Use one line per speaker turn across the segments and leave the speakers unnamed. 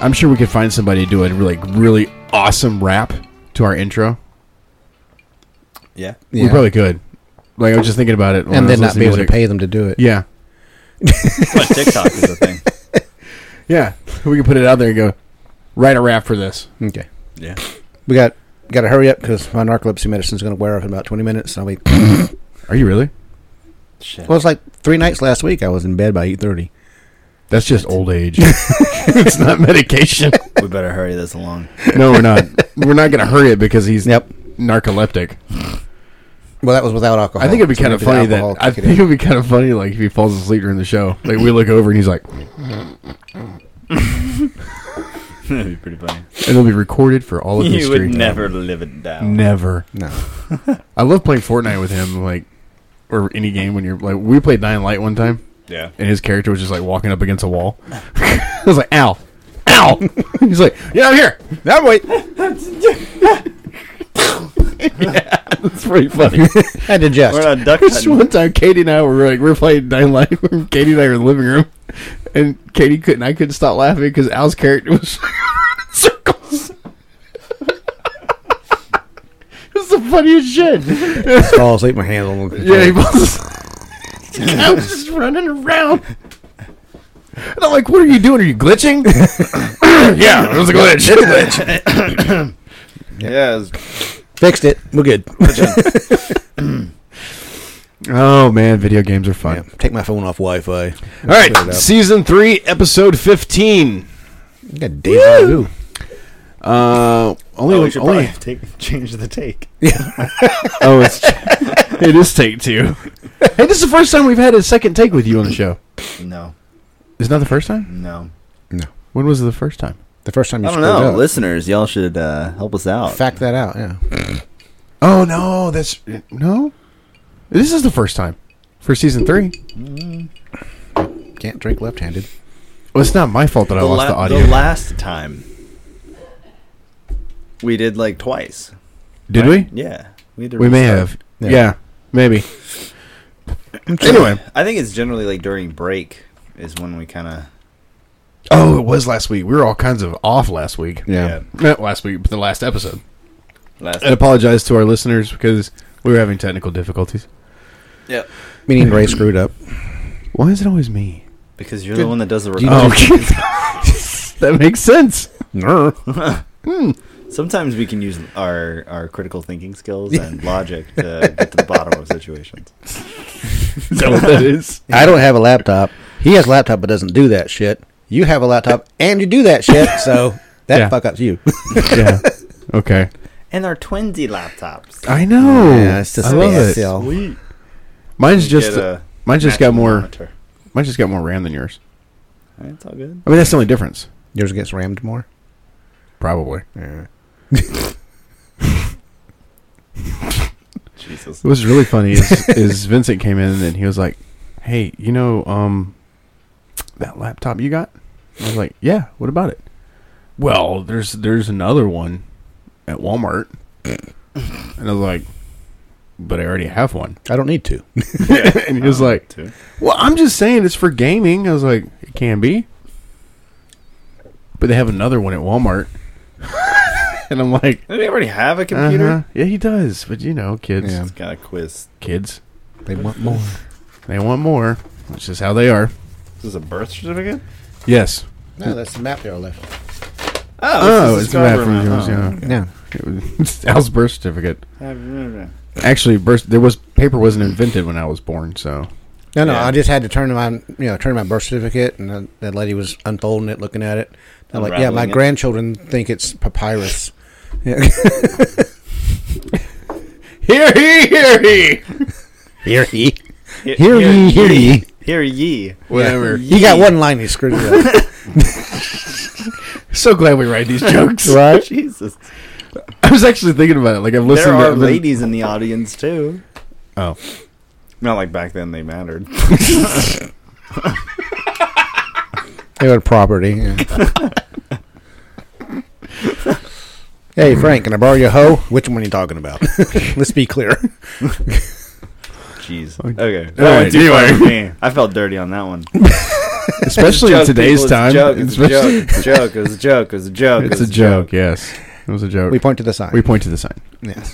I'm sure we could find somebody to do a really, really awesome rap to our intro.
Yeah.
We
Yeah.
probably could. Like I was just thinking about it, when I
and
was
then not
listening
be able to
music.
pay them to do it.
Yeah,
Well, TikTok is a thing.
yeah. We could put it out there and go write a rap for this.
Okay.
Yeah.
We got got to hurry up because my narcolepsy medicine's going to wear off in about 20 minutes. And I'll be.
Are you really?
Shit.
Well, it's like three nights last week. I was in bed by 8:30.
That's just old age. it's not medication.
we better hurry this along.
No, we're not. We're not going to hurry it because he's
Yep.
narcoleptic.
Well, that was without alcohol.
I think it'd be
So
kind of
maybe
funny
the alcohol
that I
kicked
think it
in.
would be kind of funny like if he falls asleep during the show. Like we look over and he's like, and
That'd be pretty funny.
it'll be recorded for all of
You
history.
would never live it down.
never.
No.
I love playing Fortnite with him, like or any game when you're like we played Dying Light one time.
Yeah.
and his character was just like walking up against a wall. I was like, "Ow, ow!" He's like, "Yeah, I'm here. That way." yeah, that's pretty funny.
I had to adjust.
We're not duck
Just
hunting.
one time, Katie and I were like, we are playing Dying Light. Katie and I were in the living room, and Katie couldn't. I couldn't stop laughing because Al's character was in circles. It's the funniest shit.
fall asleep, my hands on the
Yeah, he was. I was just running around. And I'm like, what are you doing? Are you glitching? yeah, it was a glitch.
Yeah. it's-
fixed it. We're good.
Oh, man, video games are fun.
Take my phone off Wi-Fi.
All right, season three, episode 15.
You got deja vu.
Uh, only,
Oh,
oh,
we should
only,
probably take, change the take.
oh, it's, it is take two. Hey, this is the first time we've had a second take with you on the show.
No.
It's not the first time?
No.
When was the first time?
The first time you
I don't
screwed
know.
up.
Listeners, y'all should uh, help us out.
Fact that out. Yeah.
Oh, no, that's, no. This is the first time for season three.
Can't drink left-handed.
Well, it's not my fault that I
the,
lost
la-
the audio.
the last time we did like twice.
Did we?
Yeah, we had to
We may
restart.
have. Yeah,
Yeah.
maybe. anyway,
I think it's generally like during break is when we kind of
oh, it was last week. We were all kinds of off last week.
yeah.
Not last week, but the last episode.
Last
And apologize to our listeners because we were having technical difficulties.
yeah
Meaning Ray screwed up.
Why is it always me?
because you're the one that does the
You
Oh,
recording.
okay. that makes sense.
Sometimes we can use our our critical thinking skills and logic to get to the bottom of situations.
Is that what that is?
I don't have a laptop. He has a laptop but doesn't do that shit. You have a laptop and you do that shit, so that
Yeah.
fuck ups you.
yeah. Okay.
And our twinsy laptops.
I know.
Yeah, it's just
I love
bad
it.
still.
We
Mine's just
get a
mine just got
matching
more
monitor.
mine just got more RAM than yours.
It's all good.
I mean, that's the only difference.
Yours gets rammed more.
Probably.
Jesus.
What's really funny is, is Vincent came in and he was like, "Hey, you know, um, that laptop you got?" I was like, "Yeah, what about it?" Well, there's there's another one at Walmart, and I was like, "But I already have one."
I don't need to.
and he was like,
Two.
"Well, I'm just saying it's for gaming." I was like, "It can be," but they have another one at Walmart, and I'm like,
Did we already have a computer?
uh "Yeah, he does," but you know, kids,
Yeah.
It's got a quiz.
kids.
They want more.
They want more, which is how they are.
Is this a birth certificate?
Yes.
No, that's the map y'all left.
Oh,
oh,
this
it's
is
a
a
map
Scarborough Oh,
from yours.
map.
Yeah.
Yeah.
It's Al's birth certificate.
Oh.
Actually, birth there was paper wasn't invented when I was born, so
No, no,
Yeah.
I just had to turn my, you know, turn my birth certificate, and then that lady was unfolding it, looking at it. I'm like, yeah, my
Unraveling it.
grandchildren think it's papyrus.
here he, here he,
Hear ye,
Hear,
hear ye, hear ye.
Hear ye.
whatever.
He got one line, he screwed it up.
So glad we write these jokes.
right?
Jesus.
I was actually thinking about it. Like I've listened.
there
to,
are
I've been-
ladies in the audience too.
Oh,
Not like back then they mattered.
They were property. yeah. hey, Frank, can I borrow your hoe? Which one are you talking about? Let's be clear.
Jeez. Okay.
All right,
That went too far
anyway.
for me. I felt dirty on that one.
especially in
Joke,
today's
people, it's a
time.
joke, it's a
especially-
joke, it's a joke, it's a joke, it's a joke,
It's a joke. Yes, it was a joke.
We point to the sign.
We point to the sign.
yes.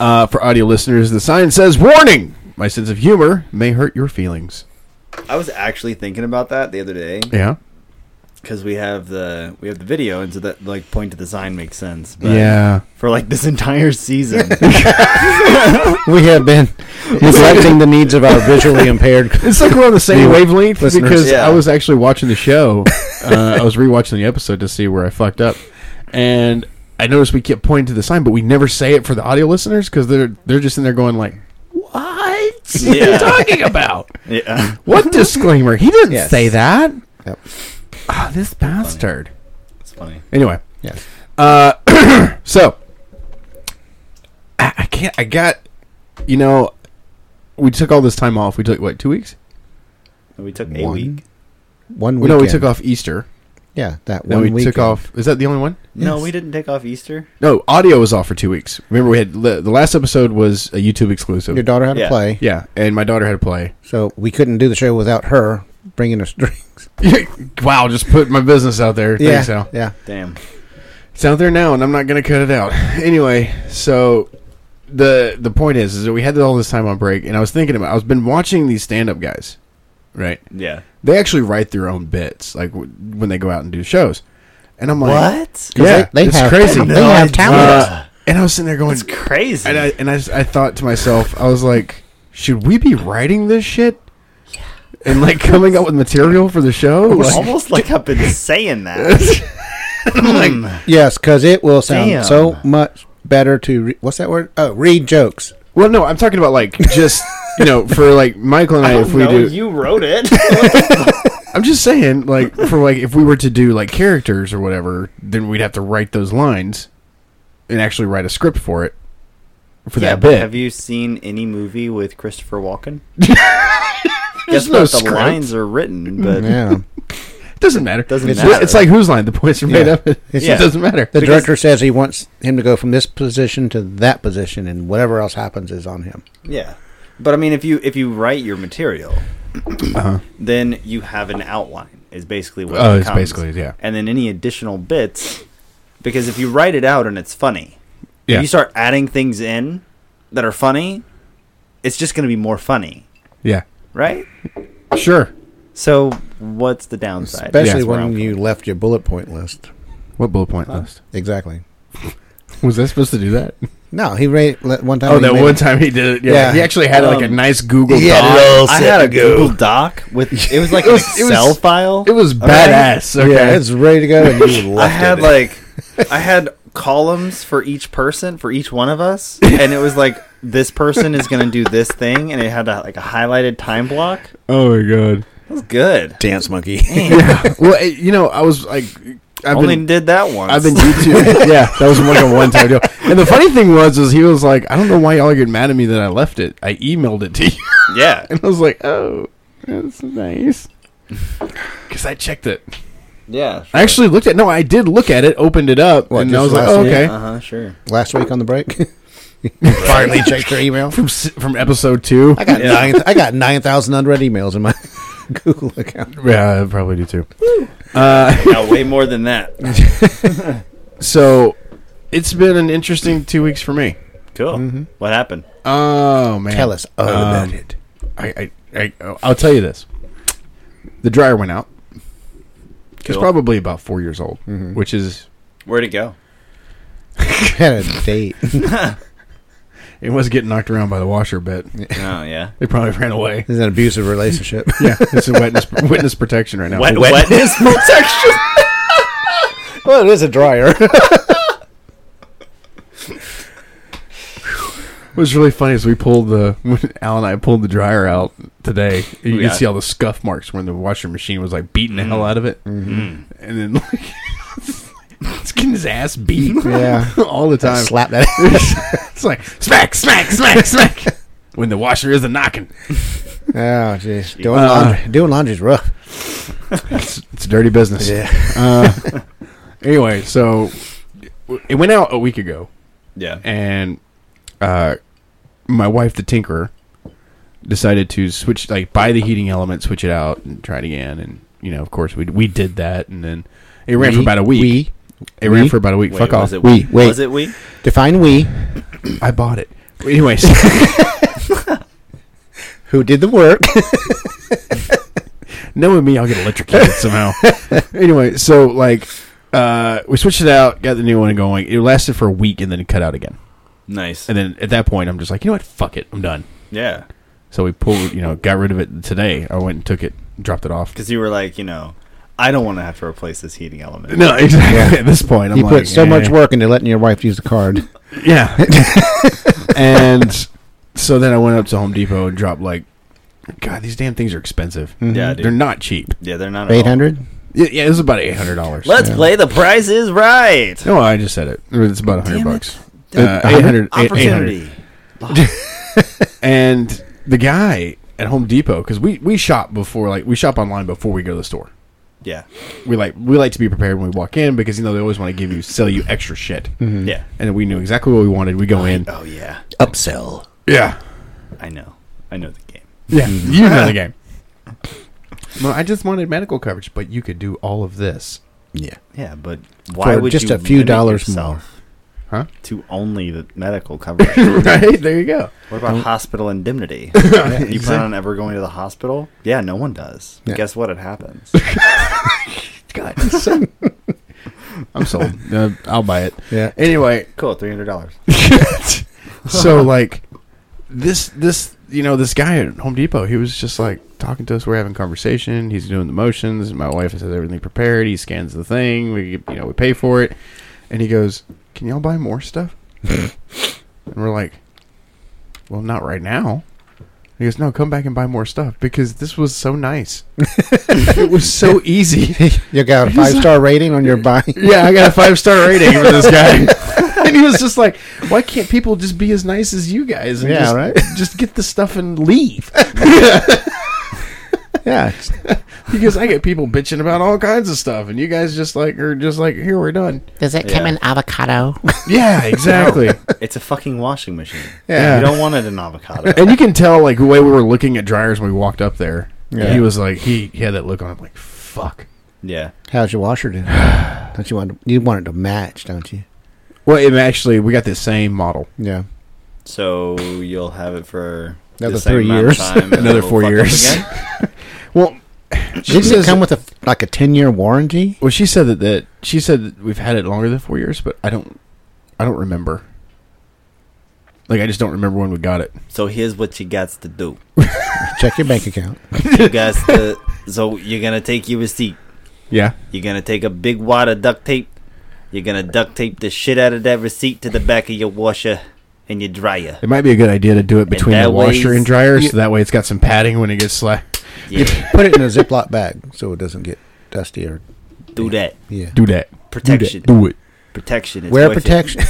Uh, for audio listeners, the sign says "Warning." My sense of humor may hurt your feelings.
I was actually thinking about that the other day
Yeah.
because we have the we have the video, and so that like point to the sign makes sense. But
yeah.
For like this entire season,
we have been neglecting the needs of our visually impaired.
It's like we're on the same wavelength
Listeners.
because
Yeah.
I was actually watching the show. Uh, I was rewatching the episode to see where I fucked up, and I noticed we kept pointing to the sign, but we never say it for the audio listeners because they're they're just in there going like, "What are you
Yeah.
talking about?
yeah,
What disclaimer? He didn't
Yes.
say that.
Yep.
Ah, this bastard."
it's funny.
Anyway,
Yes.
uh, so I, I can't. I got you know. We took all this time off. We took what two weeks?
We took a
One
week.
One
Well,
weekend.
No, we took off Easter.
Yeah, that
Then
one
we
weekend.
took off. Is that the only one?
No,
Yes.
we didn't take off Easter.
No, audio was off for two weeks. Remember, we had the the last episode was a YouTube exclusive.
Your daughter had to
Yeah.
play,
yeah, and my daughter had to play.
so we couldn't do the show without her bringing us drinks.
wow, just put my business out there.
Yeah,
Thanks, Al.
yeah.
Damn.
It's out there now, and I'm not going to cut it out. anyway, so the the point is, is that we had all this time on break, and I was thinking about. I was been watching these stand up guys, right?
Yeah.
They actually write their own bits, like w- when they go out and do shows. And I'm like,
What?
'Cause
Yeah,
they, they
it's
have,
crazy.
They
No,
have
I
talent.
Uh, and I was sitting there going,
It's crazy.
and I and I, s- I thought to myself, I was like, should we be writing this shit? And like coming up with material for the show,
It's
like,
almost like I've been saying that. Hmm.
yes, because it will sound
Damn.
so much better to re- what's that word? Oh, read jokes.
well, no, I'm talking about like just you know for like Michael and I,
I
if
don't
we
know,
do,
you wrote it.
I'm just saying like for like if we were to do like characters or whatever, then we'd have to write those lines and actually write a script for it for
yeah,
that
but
bit.
have you seen any movie with Christopher Walken?
There's
Guess
no
what? The
script.
lines are written, but
Yeah,
doesn't matter.
Doesn't
it's,
matter.
It's like whose line? The points are made
Yeah.
up. It
Yeah.
doesn't matter.
the
Because-
director says he wants him to go from this position to that position, and whatever else happens is on him.
yeah. But I mean, if you if you write your material,
Uh-huh.
then you have an outline. Is basically what.
Oh,
it
it's
becomes.
basically yeah.
and then any additional bits because if you write it out and it's funny
Yeah.
if you start adding things in that are funny it's just going to be more funny
Yeah,
right
sure.
so what's the downside
Especially
Yeah.
That's where I'm
when you left your bullet point list.
What bullet point list?
Exactly.
Was I supposed to do that?
No, he rate one time.
Oh,
he
that
made-
one time he did it. Yeah,
Yeah.
he actually had like a
Um,
nice Google
he had
Doc.
it all
I
set
had a
to go.
Google Doc with it was like
It
an
was- it was-
Excel file.
It was badass. Okay,
Yeah, it's ready to go, and you left
I had
it.
like I had columns for each person for each one of us, and it was like this person is going to do this thing, and it had a, like a highlighted time block.
oh my god.
It was good.
dance monkey.
Yeah. well, eh, you know, I was like, I've
Only
been.
did that once.
I've been YouTube. yeah, that was like a one time deal. And the funny thing was, is he was like, I don't know why y'all get mad at me that I left it. I emailed it to you,
yeah.
and I was like, oh, that's nice. Because I checked it.
Yeah.
I actually looked at. No, I did look at it. Opened it up,
What,
and
just
I was like,
last
oh,
week?
okay.
Uh huh. Sure.
Last week on the break, finally checked your email.
From s- from episode two.
I got nine. I got nine thousand unread emails in my Google account.
yeah, I probably do too. Uh,
Yeah, way more than that.
So it's been an interesting two weeks for me.
Cool.
Mm-hmm.
What happened?
Oh man!
Tell us all about it.
I, I, I I'll tell you this: the dryer went out. It's
Cool. Mm-hmm.
probably about four years old, which is
Where'd it go?
Had a date.
it was getting knocked around by the washer, but
Oh yeah.
they probably ran away.
It's an abusive relationship.
Yeah, it's a witness witness protection right now.
Wet, wetness protection.
well, it is a dryer.
What's really funny is we pulled the when Al and I pulled the dryer out today. You
Yeah.
can see all the scuff marks when the washing machine was like beating the hell out of it, Mm. and then like it's getting his ass beat
yeah,
all the time.
slap that.
it's like smack, smack, smack, smack. when the washer is a knocking,
oh, jeez. Doing
Uh,
laundry. Doing laundry's rough.
it's, it's dirty business.
Yeah.
Uh, anyway, so it went out a week ago,
Yeah.
and uh, my wife, the tinkerer, decided to switch, like buy the heating element, switch it out, and try it again. And you know, of course, we we did that, and then it ran for
We-
about a week.
We
it ran
we-
for about a week.
Wait,
Fuck off.
was it
We- wait.
Was it we?
define we.
I bought it. Anyways,
Who did the work?
knowing me, I'll get electrocuted somehow. anyway, so like, uh, we switched it out, got the new one going. It lasted for a week, and then it cut out again.
Nice.
And then at that point, I'm just like, you know what? Fuck it, I'm done.
Yeah.
So we pulled, you know, got rid of it today. I went and took it, dropped it off.
Because you were like, you know, I don't want to have to replace this heating element.
No, exactly. At this point, I'm
you
like,
put so
eh.
much work into letting your wife use the card.
Yeah. and so then I went up to Home Depot and dropped like, God, these damn things are expensive.
Mm-hmm.
Yeah, dude.
They're not cheap.
yeah, they're not at all.
Eight hundred.
Yeah, yeah, it was about eight hundred dollars.
Let's
Yeah.
play the price is right.
No, I just said it. It's about hundred
Damn it.
bucks. Uh, 800, 800.
Opportunity.
And the guy at Home Depot, because we we shop before, like we shop online before we go to the store.
Yeah.
We like we like to be prepared when we walk in because you know they always want to give you sell you extra shit.
Mm-hmm.
Yeah.
And we knew exactly what we wanted. We go in.
Oh yeah.
Upsell.
Yeah.
I know. I know the game.
Yeah, you know the game. No, Mm-hmm. I just wanted medical coverage, but you could do all of this.
Yeah.
Yeah, but why
For
would
just
you
a few
limit
dollars
yourself
more. Huh?
To only the medical coverage.
right? There you go.
what about hospital indemnity? You plan on ever going to the hospital? Yeah, no one does.
Yeah.
Guess what? It happens.
God, I'm sold. Uh, I'll buy it.
Yeah.
Anyway,
cool, three hundred dollars.
so like this this you know this guy at Home Depot, he was just like talking to us. We're having conversation. He's doing the motions. My wife has everything prepared. He scans the thing. We you know we pay for it, and he goes, "Can y'all buy more stuff?" and we're like, "Well, not right now." He goes, "No, come back and buy more stuff because this was so nice. it was so easy."
You got a five star rating on your buying.
Yeah, I got a five star rating for this guy. and he was just like, "Why can't people just be as nice as you guys? And
Yeah,
just,
right?
Just get the stuff and leave."
Yeah.
because I get people bitching about all kinds of stuff, and you guys just like are just like, "Here, we're done."
Does it come
Yeah.
in avocado?
Yeah, exactly.
It's a fucking washing machine.
Yeah.
You don't want it in avocado.
and you can tell like the way we were looking at dryers when we walked up there.
Yeah.
He was like, he, he had that look on him like, "Fuck."
yeah.
How's your washer doing? Don't you want you want it to match, don't you?
Well, it, actually, we got the same model.
Yeah.
So you'll have it for
Another
the same
three
amount of
years.
time and then
Another
we'll
four
fuck up
years.
again?
Well, she
Didn't it
says
come with a like a ten year warranty?
Well, she said that, that she said that we've had it longer than four years, but I don't, I don't remember. Like I just don't remember when we got it.
So here's what you got to do.
Check your bank account.
You got to. So you're gonna take your receipt.
Yeah,
You're gonna take a big wad of duct tape. You're gonna duct tape the shit out of that receipt to the back of your washer and your dryer.
it might be a good idea to do it between
that
the washer
way-
and dryer, so that way it's got some padding when it gets slapped.
Yeah,
Put it in a Ziploc bag so it doesn't get dusty or
do that.
yeah.
Do that.
Protection.
Do it.
Protection is
Wear
worth it.
protection.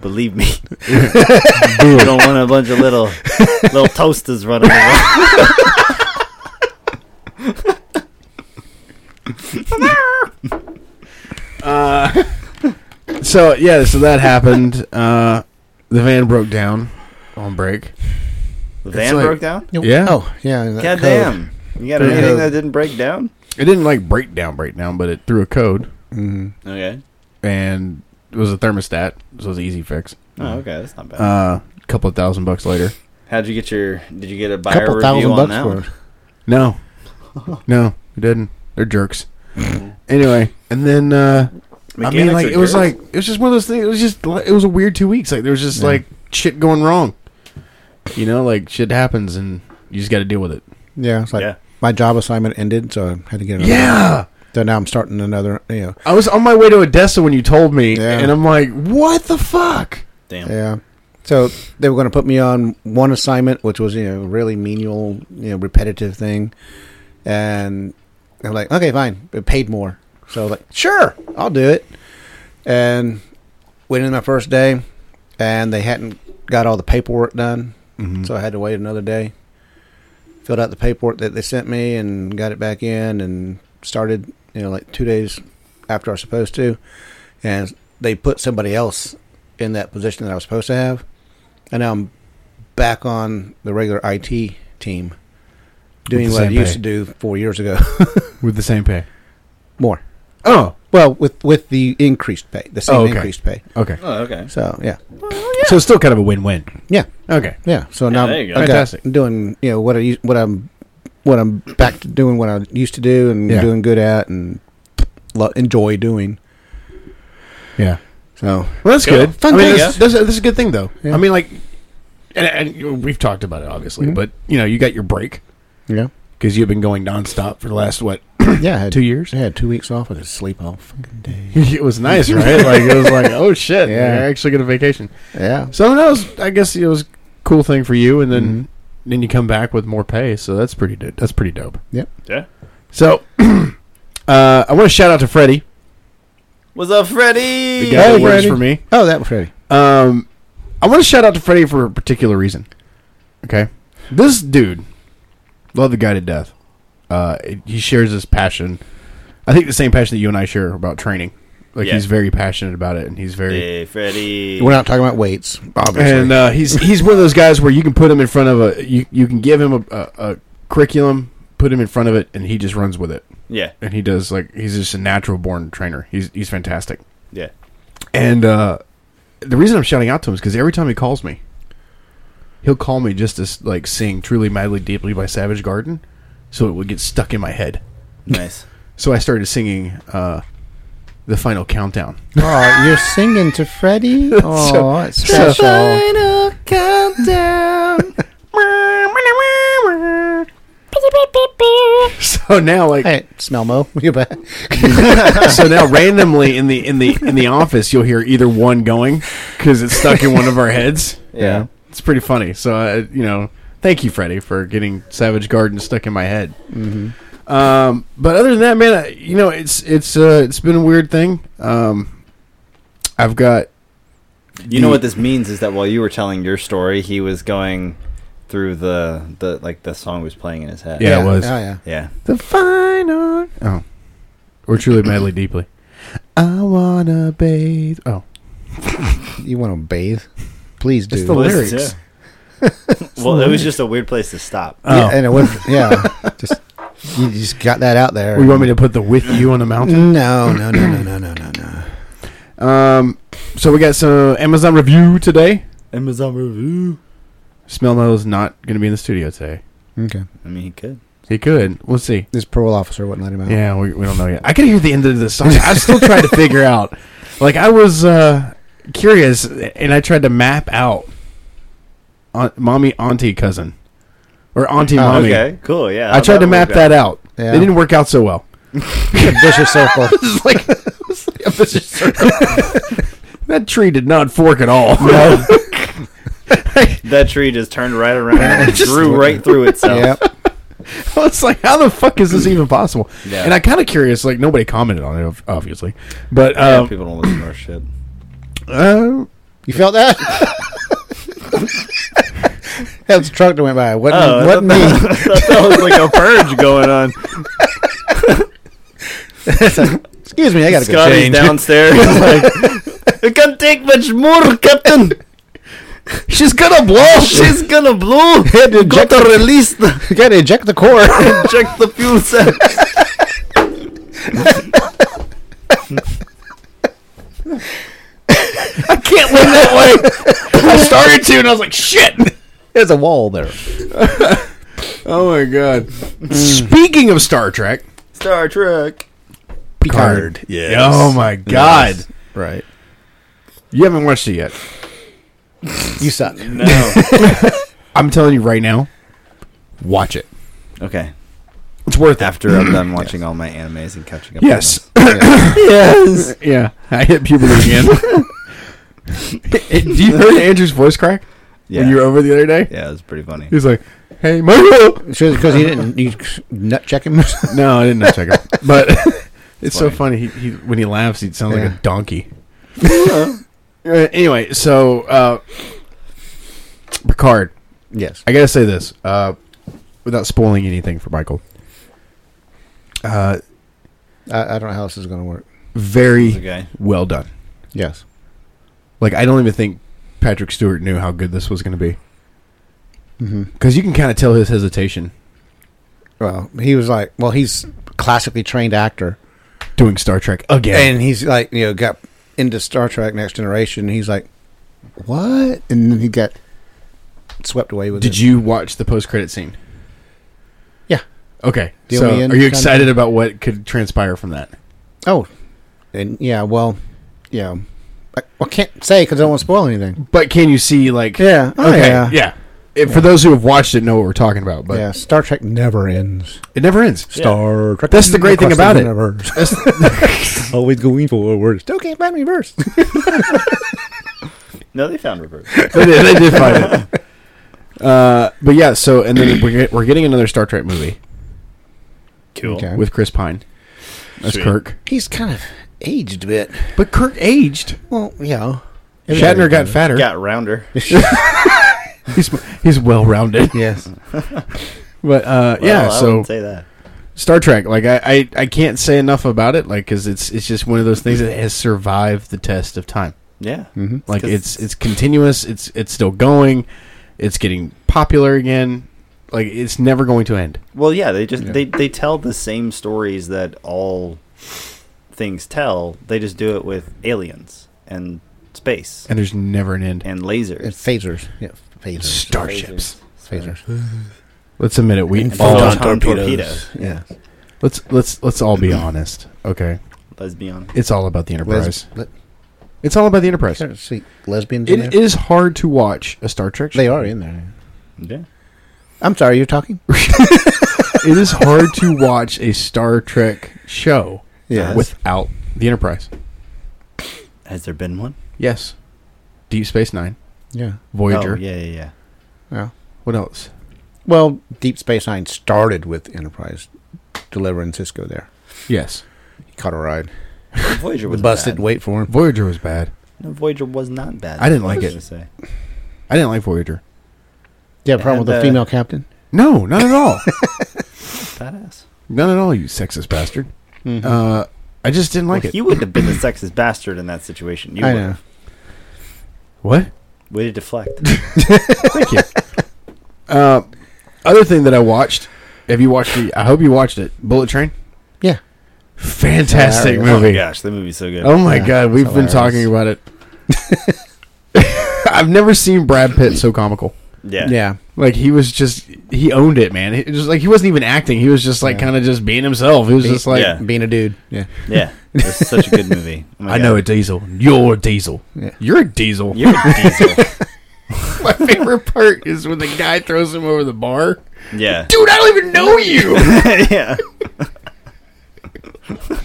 Believe me. you don't want a bunch of little little toasters running around.
So yeah, so that happened. Uh, the van broke down on break.
The van
like-
broke down?
Yeah.
Oh yeah. that
God
code.
damn. You got
Yeah.
anything that didn't break down?
It didn't like break down, break down, but it threw a code
Mhm.
Okay.
and it was a thermostat, so it was an easy fix. Uh,
Oh, okay. That's not bad.
A couple of thousand bucks later.
How'd you get your? Did you get a
A
buyer
couple
review
thousand
on
bucks
that
for
one?
it.
No. No, we didn't. They're jerks. anyway, and then uh I mean
Mechanics
like
are
it was
jerks.
like it was just one of those things it was just it was a weird 2 weeks like there was just like shit going wrong. You know, like shit happens and you just got to deal with it.
Yeah, it's like
Yeah.
my job assignment ended, so I had to get another.
Yeah.
So now I'm starting another. You know.
I was on my way to Odessa when you told me
Yeah.
and I'm like, "What the fuck?"
damn.
Yeah. So they were going to put me on one assignment, which was you know really menial, you know, repetitive thing, and I'm like, okay, fine, it paid more. So I was like, sure, I'll do it. And went in my first day, and they hadn't got all the paperwork done, Mm-hmm. so I had to wait another day. Filled out the paperwork that they sent me and got it back in, and started you know like two days after I was supposed to, and they put somebody else in that position that I was supposed to have, and now I'm back on the regular IT team, doing
the
what I
same
used
pay.
to do four years ago.
with the same pay.
More.
Oh,
Well, with with the increased pay, the same
Oh, okay.
increased pay.
okay.
Oh, okay.
So yeah,
So it's still kind of a win-win.
yeah,
Okay.
yeah. So now
there you go.
I got-
Fantastic.
doing you know what I used- what I'm what I'm back to doing what I used to do and
Yeah.
doing good at and lo- enjoy doing.
Yeah.
So
Well, that's
Cool.
good.
Fun
I mean,
thing,
this, this, this is a good thing, though.
Yeah.
I mean, like, and, and you know, we've talked about it, obviously,
Mhm.
but, you know, you got your break
yeah,
because you've been going nonstop for the last, what,
yeah. I had
two years?
I had two weeks off. I could sleep all fucking day.
it was nice, right? Like, it was like, oh, shit.
Yeah.
I actually get a vacation.
Yeah,
So that was, I guess it was a cool thing for you. And then then you come back with more pay. So that's pretty, do- that's pretty dope.
Yeah.
So uh, I want to shout out to Freddie.
What's up, Freddy?
The guy that
Hey,
works
Freddie.
for me.
Oh, that was Freddie.
Um, I want to shout out to Freddie for a particular reason. Okay, this dude, love the guy to death. Uh, he shares his passion. I think the same passion that you and I share about training. Like
Yeah.
he's very passionate about it, and he's very.
Hey, Freddy.
We're not talking about weights, obviously.
And uh, he's he's one of those guys where you can put him in front of a you you can give him a, a, a curriculum, put him in front of it, and he just runs with it.
Yeah.
And he does like he's just a natural born trainer. He's he's fantastic.
Yeah.
And uh, the reason I'm shouting out to him is because every time he calls me, he'll call me just to s- like sing "Truly Madly Deeply" by Savage Garden, so it would get stuck in my head.
Nice.
So I started singing uh, the final countdown.
oh, you're singing to Freddie. Oh, it's
so-
special.
Final countdown. so now, like,
Hey, smell mo. You bet.
so now randomly in the in the in the office, you'll hear either one going because it's stuck in one of our heads.
Yeah.
It's pretty funny. So, uh, you know, thank you, Freddie, for getting Savage Garden stuck in my head. Mm-hmm. Um, but other than that, man, I, you know, it's it's uh, it's been a weird thing. Um, I've got
You know what this means is that while you were telling your story, he was going through the the like the song was playing in his head.
Yeah, it was.
Oh, yeah.
Yeah.
the final. Oh, or truly, madly, deeply. I wanna bathe. Oh,
You want to bathe? Please do.
It's the
Well, this
lyrics.
is- yeah. well, it was just a weird place to stop.
oh.
Yeah, and it was yeah. just you just got that out there.
Well, you want me to put the with you on the mountain?
No, no, no, no, no, no, no, no.
Um, so we got some Amazon review today.
Amazon review.
Smell is not gonna be in the studio today.
Okay.
I mean, he could.
He could. We'll see.
This parole officer wouldn't let him out.
Yeah, we, we don't know yet. I could hear the end of the song. I still tried to figure out. Like I was uh, curious, and I tried to map out aunt, mommy, auntie, cousin, or auntie,
Oh,
mommy.
okay. Oh, Cool. Yeah.
I tried to map that out.
Yeah.
It didn't work out so well.
It's a vicious circle.
It's like that tree did not fork at all.
That tree just turned right around and drew right through itself.
yep.
I was like, how the fuck is this even possible?
Yeah.
And I kind of curious. Like nobody commented on it, obviously, but
Yeah,
um,
people don't listen to our shit.
uh,
You felt that? that was a truck that went by. What?
Oh, I
what
thought that,
me?
I thought that was like a purge going on.
Excuse me. I got to go
Scotty's
change.
downstairs. like, it can't take much more, Captain.
she's gonna blow.
She's gonna blow.
Had to
Got
eject
to
the,
release the
got to eject the core.
check the fuel cell.
I can't win that way. I started to, and I was like, shit.
There's a wall there.
Oh my god. Speaking of Star Trek,
Star Trek.
Picard.
Yes.
Oh my god.
Yes.
Right.
You haven't watched it yet.
You suck.
No.
I'm telling you right now. Watch it.
okay.
It's worth it.
After I'm done watching all my animes and catching up. on
Yes.
this.
yes. Yeah. I hit puberty again. Do you heard Andrew's voice crack
Yeah.
when you were over the other day?
yeah, it was pretty funny.
He was like, "Hey, Michael."
Because you didn't you nut check him.
No, I didn't know check him. But it's so
funny.
funny. He, he when he laughs, he sounds like
Yeah.
a donkey. Uh, anyway, so uh, Picard.
yes.
I gotta say this, uh, without spoiling anything for Michael. Uh,
I, I don't know how this is going to work.
very
Okay.
well done.
Yes.
Like I don't even think Patrick Stewart knew how good this was gonna be.
hmm
because you can kind of tell his hesitation
Well, he was like, well, he's classically trained actor,
doing Star Trek again.
and he's like, you know, got into Star Trek Next Generation. And he's like, what? And then he got swept away with.
Did
it.
you watch the post credit scene?
Yeah.
Okay.
Deal
so,
me in,
are you
kinda?
excited about what could transpire from that?
Oh, and yeah, well, yeah. I, I can't say because I don't want to spoil anything.
But can you see like?
Yeah. Oh,
okay.
yeah.
If- For those who have watched it, know what we're talking about. But
yeah, Star Trek never ends.
it never ends.
Star Trek.
That's the great thing
across
about
the
it.
universe.
That's-
Always going forward. Still can't find reverse.
No, they found reverse.
they, did, they did find it. Uh, but yeah. So and then we're get, we're getting another Star Trek movie
Cool.
Okay.
with Chris Pine. That's
Sweet.
Kirk.
He's kind of aged a bit.
But Kirk aged.
Well, yeah.
Shatner got fatter.
Got rounder.
He's he's well rounded.
Yes.
But uh,
Well,
yeah.
I
so
wouldn't say that.
Star Trek, like I, I, I can't say enough about it, like because it's it's just one of those things that has survived the test of time.
Yeah.
Mm-hmm.
Like
'Cause-
it's it's continuous, it's it's still going, it's getting popular again. Like it's never going to end.
Well, yeah, they just
Yeah.
they they tell the same stories that all things tell. They just do it with aliens and space
And there's never an end.
and lasers.
And phasers. Yeah, phasers.
Starships.
phasers.
Let's admit it. We
And
all
photon torpedoes.
Yeah.
let's let's let's all be honest. Okay,
Let's be honest.
it's all about the enterprise.
Les- le-
it's all about the enterprise.
sort of see lesbians in
It
there?
is hard to watch a Star Trek. Show.
They are in there.
Yeah.
I'm sorry, you're talking?
It is hard to watch a Star Trek show
Yeah.
Yes.
without the Enterprise.
Has there been one?
Yes. Deep Space Nine.
yeah.
Voyager.
Oh, yeah, yeah, yeah.
Yeah.
What else?
Well, Deep Space Nine started with Enterprise delivering Cisco there.
Yes.
He caught a ride.
Voyager
The
was
bus
busted.
didn't wait for him.
Voyager was bad.
No, Voyager was not bad.
I didn't
That's
like
what
it.
I was gonna Say.
I didn't like Voyager.
Yeah, problem
And,
with the
uh,
female captain.
No, not at all.
Badass.
not at all, you sexist bastard.
Mhm.
Mm-hmm.
Uh, I just didn't like
well,
it.
You wouldn't have been the sexist bastard in that situation. You
I
would
know.
have.
what?
Way to deflect.
Thank you. uh, other thing that I watched. Have you watched the? I hope you watched it. Bullet Train.
Yeah.
Fantastic
Hilarious.
oh my
movie.
gosh, that movie's so good.
Oh my
Yeah,
god,
it's
we've been
hilarious.
talking about it. I've never seen Brad Pitt so comical.
yeah.
Yeah.
Like he was just he owned it, man. It was just like he wasn't even acting. He was just like
Yeah.
kind of just being himself. He was
Be-
just like
Yeah.
Being a dude. Yeah.
Yeah. It's such a good movie. Oh my
I
God.
know a diesel. You're a diesel.
Yeah.
You're a diesel.
You're a diesel.
My favorite part is when the guy throws him over the bar.
yeah.
Dude, I don't even know you.
yeah.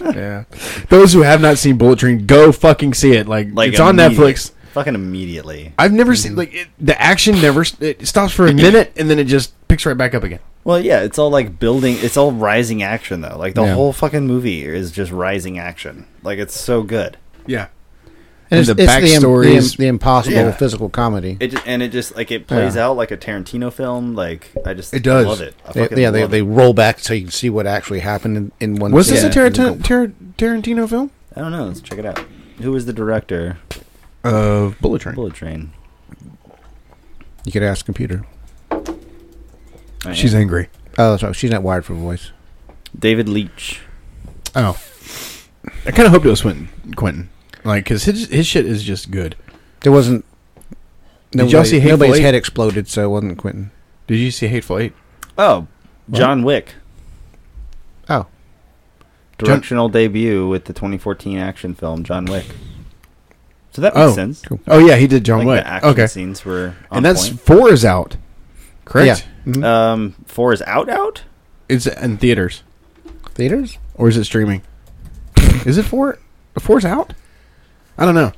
yeah.
Those who have not seen Bullet Train, go fucking see it. Like,
Like
it's on
immediate-
Netflix.
Fucking immediately.
I've never seen like it, the action never s- it stops for a minute and then it just picks right back up again.
Well, yeah, it's all like building. It's all rising action though. Like the
Yeah.
whole fucking movie is just rising action. Like it's so good.
Yeah.
And
And
it's,
the
it's the, im-
backstory
the, im-
is-
the impossible
Yeah.
physical comedy.
It just, and it just like it plays
Yeah.
out like a Tarantino film. Like I just
It does.
love it. I
They,
fucking
yeah, they,
love
they
it.
roll back so you can see what actually happened in, in one.
Was this
scene.
a Tarant- Tar- Tarantino film?
I don't know. Let's check it out. Who was the director?
Of Bullet Train.
Bullet Train.
You could ask computer.
I
She's
am.
angry.
Oh, sorry, she's not wired for voice.
David Leitch.
Oh, I kind of hoped it was Quentin. Quentin, like, because his his shit is just good.
There wasn't.
Did y'all
Nobody,
see Hateful
nobody's
Eight?
head exploded, so it wasn't Quentin.
Did you see Hateful Eight?
Oh, John Wick.
Oh,
John-
Directional debut with the 2014 action film John Wick. So that makes
Oh,
sense.
cool.
Oh yeah, he did John
Like
Wick.
the action
Okay,
scenes were on
and that's
point.
four is out. Correct. Mm-hmm.
Yeah. Mhm.
Um, four is out. Out.
It's in theaters
Theaters?
or is it streaming? is it four? Four's out. I don't know.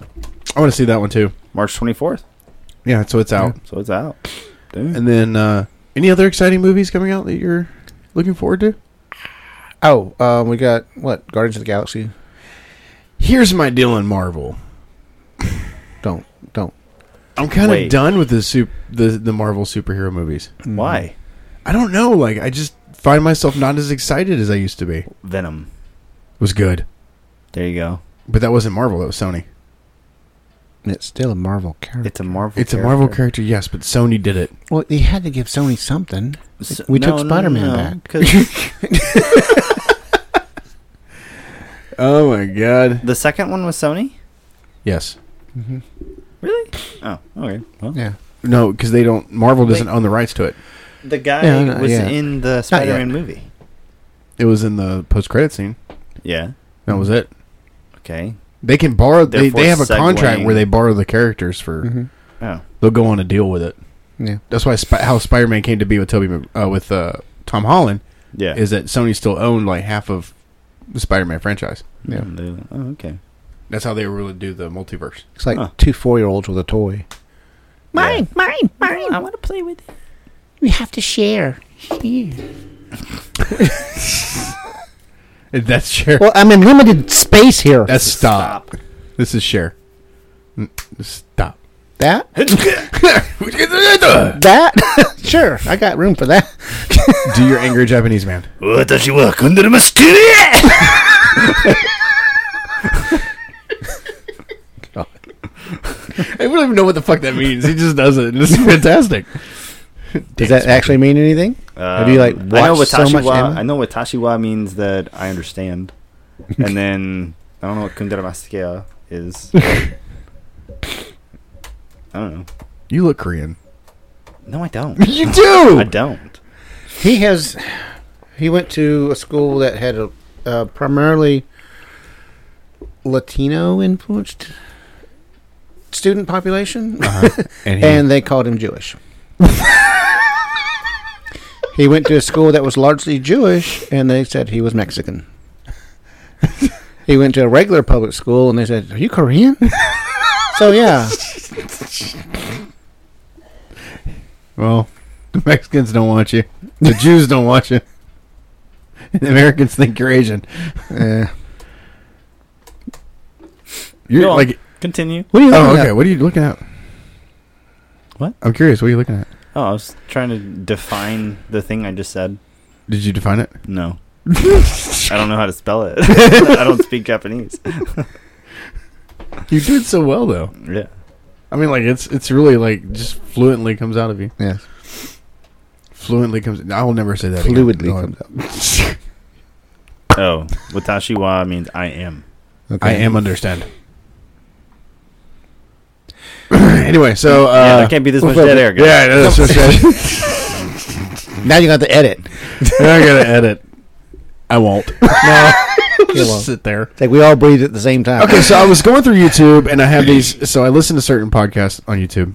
I want to see that one too.
March 24th.
Yeah, so it's out.
So it's out.
And then uh any other exciting movies coming out that you're looking forward to?
Oh, um, we got what? Guardians of the Galaxy.
Here's my deal in Marvel.
Don't, don't.
I'm kind of
Wait.
done with the sup- the the Marvel superhero movies.
Why?
I don't know. Like I just find myself not as excited as I used to be. It
Venom.
was good,
There you go.
but that wasn't Marvel. That was Sony.
And it's still a Marvel character.
It's a Marvel.
It's a Marvel character, yes, but Sony did it.
well, they had to give Sony something.
So-
we
no,
took
no,
Spider Man
no,
back.
'cause
Oh my god.
the second one was Sony.
Yes.
Mm-hmm.
Really? Oh, okay. Well,
Yeah.
No, because they don't. Marvel doesn't own the rights to it.
the guy
Yeah, no,
was
yeah.
in the Spider-Man movie.
It was in the post-credit scene.
Yeah.
Mm-hmm.
That was it.
Okay.
They can borrow. They,
Therefore,
they have a contract
segueing-
where they borrow the characters for.
hmm
Oh,
They'll go on a deal with it.
Yeah.
That's why Sp- how Spider-Man came to be with Toby uh, with uh, Tom Holland
yeah.
is that Sony still owned like half of the Spider-Man franchise.
Yeah.
Oh, okay.
That's how they were able to do the multiverse.
It's like
Huh.
two four year olds with a toy.
Mine,
mine, mine.
I want to play with it.
We have to share. Well,
That's Cher.
I'm in limited space here.
That's stop. This is Cher. N- Stop.
That? That? sure. I got room for that.
do your angry Japanese man. I don't even know what the fuck that means. He just does it. It's fantastic.
Does that actually mean anything? Have you, like,
Um, I know
watched so much
Watashiwa.
anime?
I know Watashiwa means that I understand, and then I don't know what Kundaramasuke is. I don't know.
You look Korean.
No, I don't.
You
I
do.
don't.
He has. He went to a school that had a uh, primarily Latino influenced student population,
Uh-huh. And, he,
and they called him Jewish. he went to a school that was largely Jewish, and they said he was Mexican. he went to a regular public school, and they said, "Are you Korean?" so yeah,
well, the Mexicans don't want you. The Jews don't want you. And the Americans think you're Asian.
uh,
You're
Go on.
like,
Continue.
what are you?
oh,
looking at?
okay. What are you looking at?
What?
I'm curious. What are you looking at?
Oh, I was trying to define the thing I just said.
Did you define it?
No. I don't know how to spell it. I don't speak Japanese.
You did so well, though.
Yeah.
I mean, like it's it's really like just fluently comes out of you.
Yes.
Fluently comes. I will never say that. again.
Fluidly
No,
comes out.
Oh, Watashi wa means I am.
Okay.
I am understand. anyway, so uh,
yeah, there can't be this much dead air, guys.
Yeah, that's what I said.
Now you got to edit.
I gotta edit. I won't. No,
You
just
won't.
sit there.
It's like we all breathe at the same time.
Okay, so I was going through YouTube, and I have these. So I listen to certain podcasts on YouTube,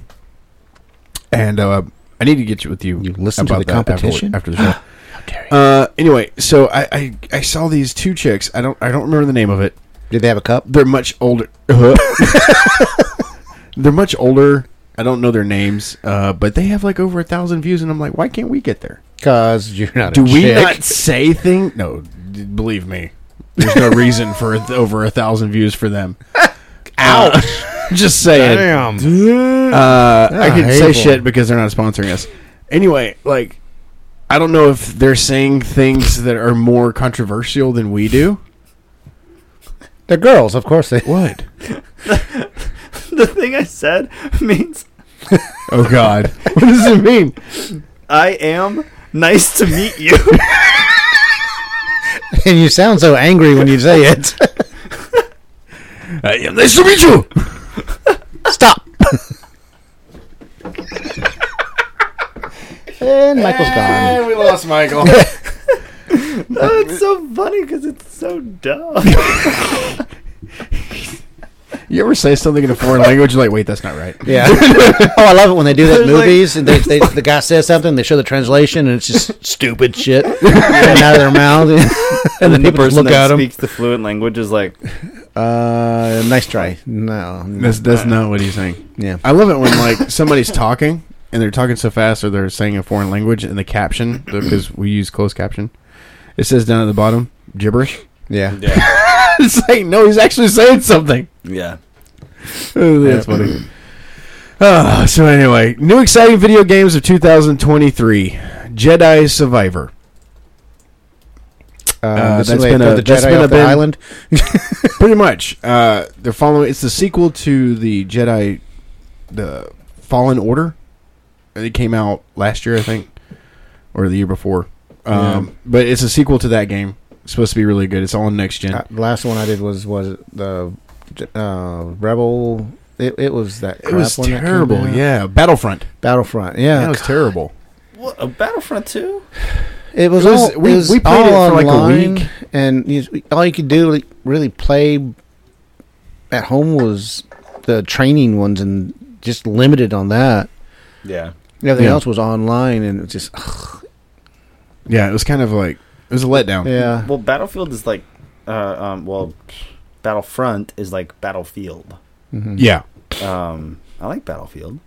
and uh, I need to get you with you.
You listen to
about
the
that after-
competition?
after, the show. Uh, anyway, so I, I I saw these two chicks. I don't I don't remember the name of it.
Did they have a cup?
They're much older. They're much older. I don't know their names, uh, but they have like over a thousand views, and I'm like, why can't we get there?
Cause you're not.
Do
a
we
chick.
not say thing? No, d- believe me. There's no reason for th- over a thousand views for them. Ouch! just saying. Uh, I
Ah,
can say
hateful.
shit because they're not sponsoring us. Anyway, like, I don't know if they're saying things that are more controversial than we do.
They're girls, of course they.
What?
The thing I said means
Oh God! what does it mean?
I am nice to meet you.
and you sound so angry when you say it.
I am nice to meet you.
Stop. and Michael's gone.
we lost Michael.
That's so funny because it's so dumb.
you ever say something in a foreign language? You're like, wait, that's not right.
Yeah. oh, I love it when they do that in
There's like-
movies and they, they, the guy says something, they show the translation, and it's just stupid shit coming out of their mouth. and then
the
people just
person
look
that
at him.
speaks the fluent language is like,
Uh, nice try. No. no.
That's that's not what he's saying.
Yeah.
I love it when like somebody's talking and they're talking so fast or they're saying a foreign language and the caption because we use closed caption. It says down at the bottom gibberish.
Yeah.
yeah,
it's like no, he's actually saying something.
yeah.
Oh, that's funny. Uh, so anyway, new exciting video games of 2023: Jedi Survivor.
Um,
Uh, that's
this is
been
been
a-
the
that's
Jedi
been a
off the
been-
island.
Pretty much. Uh, they're following. It's the sequel to the Jedi, the Fallen Order. It came out last year, I think, or the year before. Um,
Yeah.
But it's a sequel to that game. It's supposed to be really good. It's on next gen.
Uh, the last one I did was was the uh, Rebel. It, it was that.
it was
crap one that came
terrible.
out.
Yeah, Battlefront.
Battlefront. Yeah,
that was terrible.
What, a Battlefront 2?
It was,
It was-
all
we-
it was
we played
all
it for like a
online,
week.
and you, all you could do like, really play at home was the training ones, and just limited on that.
Yeah.
Everything
Yeah. Oh.
else was online, and it was just
Yeah, it was kind of like it was a letdown.
yeah,
Well, Battlefield is like, uh, um, well, Battlefront is like Battlefield.
Mhm.
Yeah,
Um, I like Battlefield.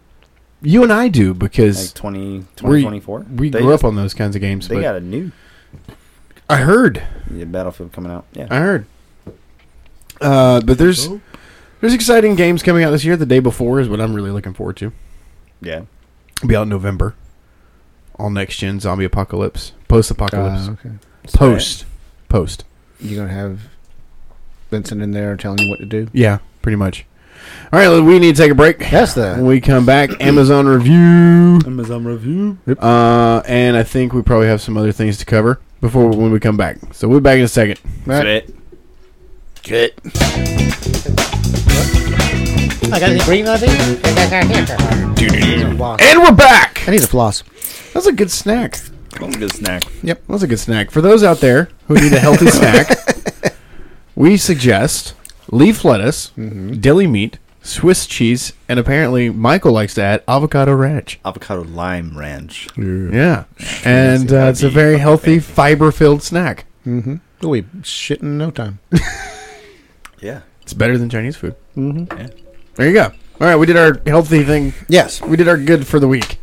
you and I do
Like
because
20,
Were you-
2024.
we
They
grew
just-
up on those kinds of games.
They
But
got a new
I heard
yeah, Battlefield coming out. Yeah.
I heard. Uh, but there's there's exciting games coming out this year. The day before is what I'm really looking forward to.
Yeah.
It'll be out in November. All next gen zombie apocalypse, post apocalypse,
Uh, okay.
post, post.
You're gonna have Vincent in there telling you what to do.
Yeah, pretty much. All right, we need to take a break.
That's the
When we come back, Amazon review,
Amazon review.
uh, and I think we probably have some other things to cover before when we come back. So we'll be back in a second.
Right.
it. Good.
I got any green ivy. I
And we're back.
need a floss.
That's a good snack.
That's a good snack.
Yep, that's a good snack. For those out there who need a healthy snack, we suggest leaf lettuce,
Mm-hmm.
deli meat, Swiss cheese, and apparently Michael likes to add avocado ranch.
Avocado lime ranch.
Yeah, and uh, it's a very healthy, fiber-filled snack.
Mm-hmm. Oh, we shit in no time.
Yeah.
It's better than Chinese food.
Mm-hmm.
There you go. All right, we did our healthy thing.
Yes.
We did our good for the week.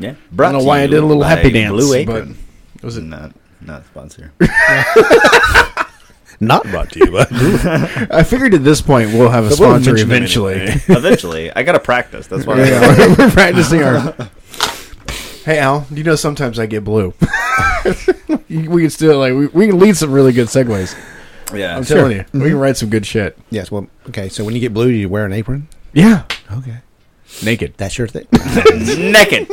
Yeah.
I don't know why I did a little happy dance, but was it
not not sponsor.
Not brought to you, but
I figured at this point we'll have a
But we'll
sponsor
mention it
eventually.
Eventually, I gotta practice. That's why. I
Yeah, we're practicing our. Hey Al, you know sometimes I get blue. we can still like we, we can lead some really good segues.
yeah.
I'm telling you, we can write some good shit.
yes. Well, okay. So when you get blue, you wear an apron.
Yeah,
Okay,
naked.
that's your thing.
naked,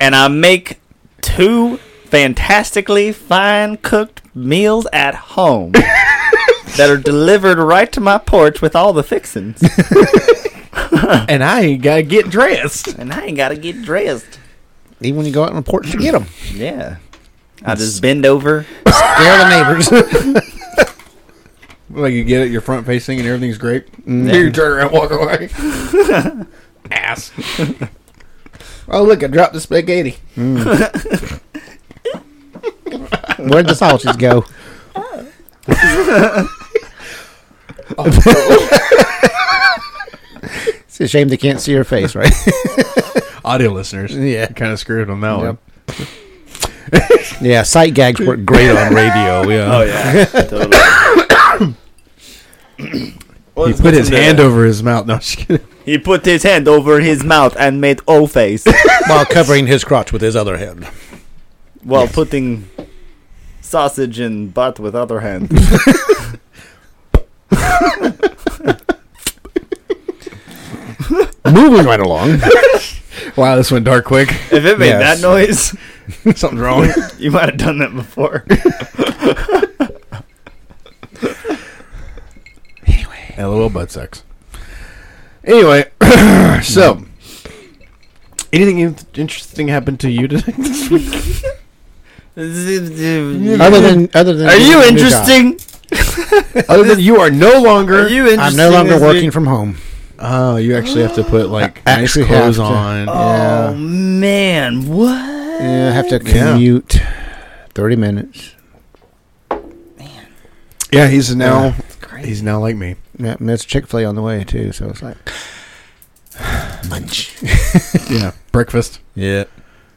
and I make two fantastically fine cooked meals at home that are delivered right to my porch with all the fixings,
And I ain't gotta get dressed.
and I ain't gotta get dressed.
Even when you go out on the porch to get them,
Yeah. I just bend over.
scare the neighbors.
Like you get it, your front facing and everything's great. Here you turn around, walk away. Ass. oh look, I dropped the spaghetti.
Mm. Where'd the sausage go? it's a shame they can't see your face, right?
Audio listeners,
Yeah.
kind of screwed on that one.
yeah, sight gags work great on radio. Yeah.
Oh, yeah. totally.
He put his hand over his mouth. No, I'm just kidding.
He put his hand over his mouth and made O face
While covering his crotch with his other hand.
while putting sausage in butt with other hand.
Moving right along.
Wow, this went dark quick.
If it made
Yes.
that noise,
Something's wrong.
you might have done that before.
LOL butt sex. Anyway, so anything in- interesting happened to you today?
Other than, other than,
Are you
your job.
interesting?
Other than you are no longer.
Are you interesting?
I'm no longer
this
working
week?
from home.
oh, you actually have to put like
I
nice
actually
clothes
have to.
on.
Oh
Yeah.
man, what?
Yeah, I have to
Yeah.
commute 30 minutes.
Yeah, he's now
That's crazy.
he's now like me.
Yeah, and there's Chick fil A on the way, too, so it's like. Munch.
Yeah, breakfast.
Yeah.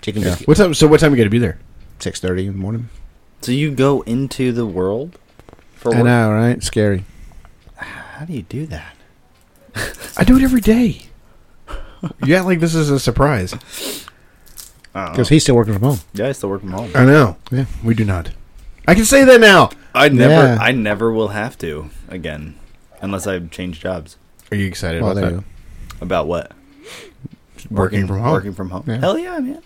Chicken
Yeah.
biscuit.
What time? So what time you got to be there?
Six thirty in the morning.
So you go into the world for
I
work?
know, right? Scary.
How do you do that?
I do it every day. you act like this is a surprise.
I don't know.
Oh. Because he's still working from home.
Yeah, I still work from home.
I know.
Yeah.
we do not. I can say that now.
I never,
Yeah.
I never will have to again, unless I change jobs.
Are you excited
Well,
about
Oh, there
that?
you go.
About what?
Working from home.
Working from home.
Yeah.
Hell yeah, man.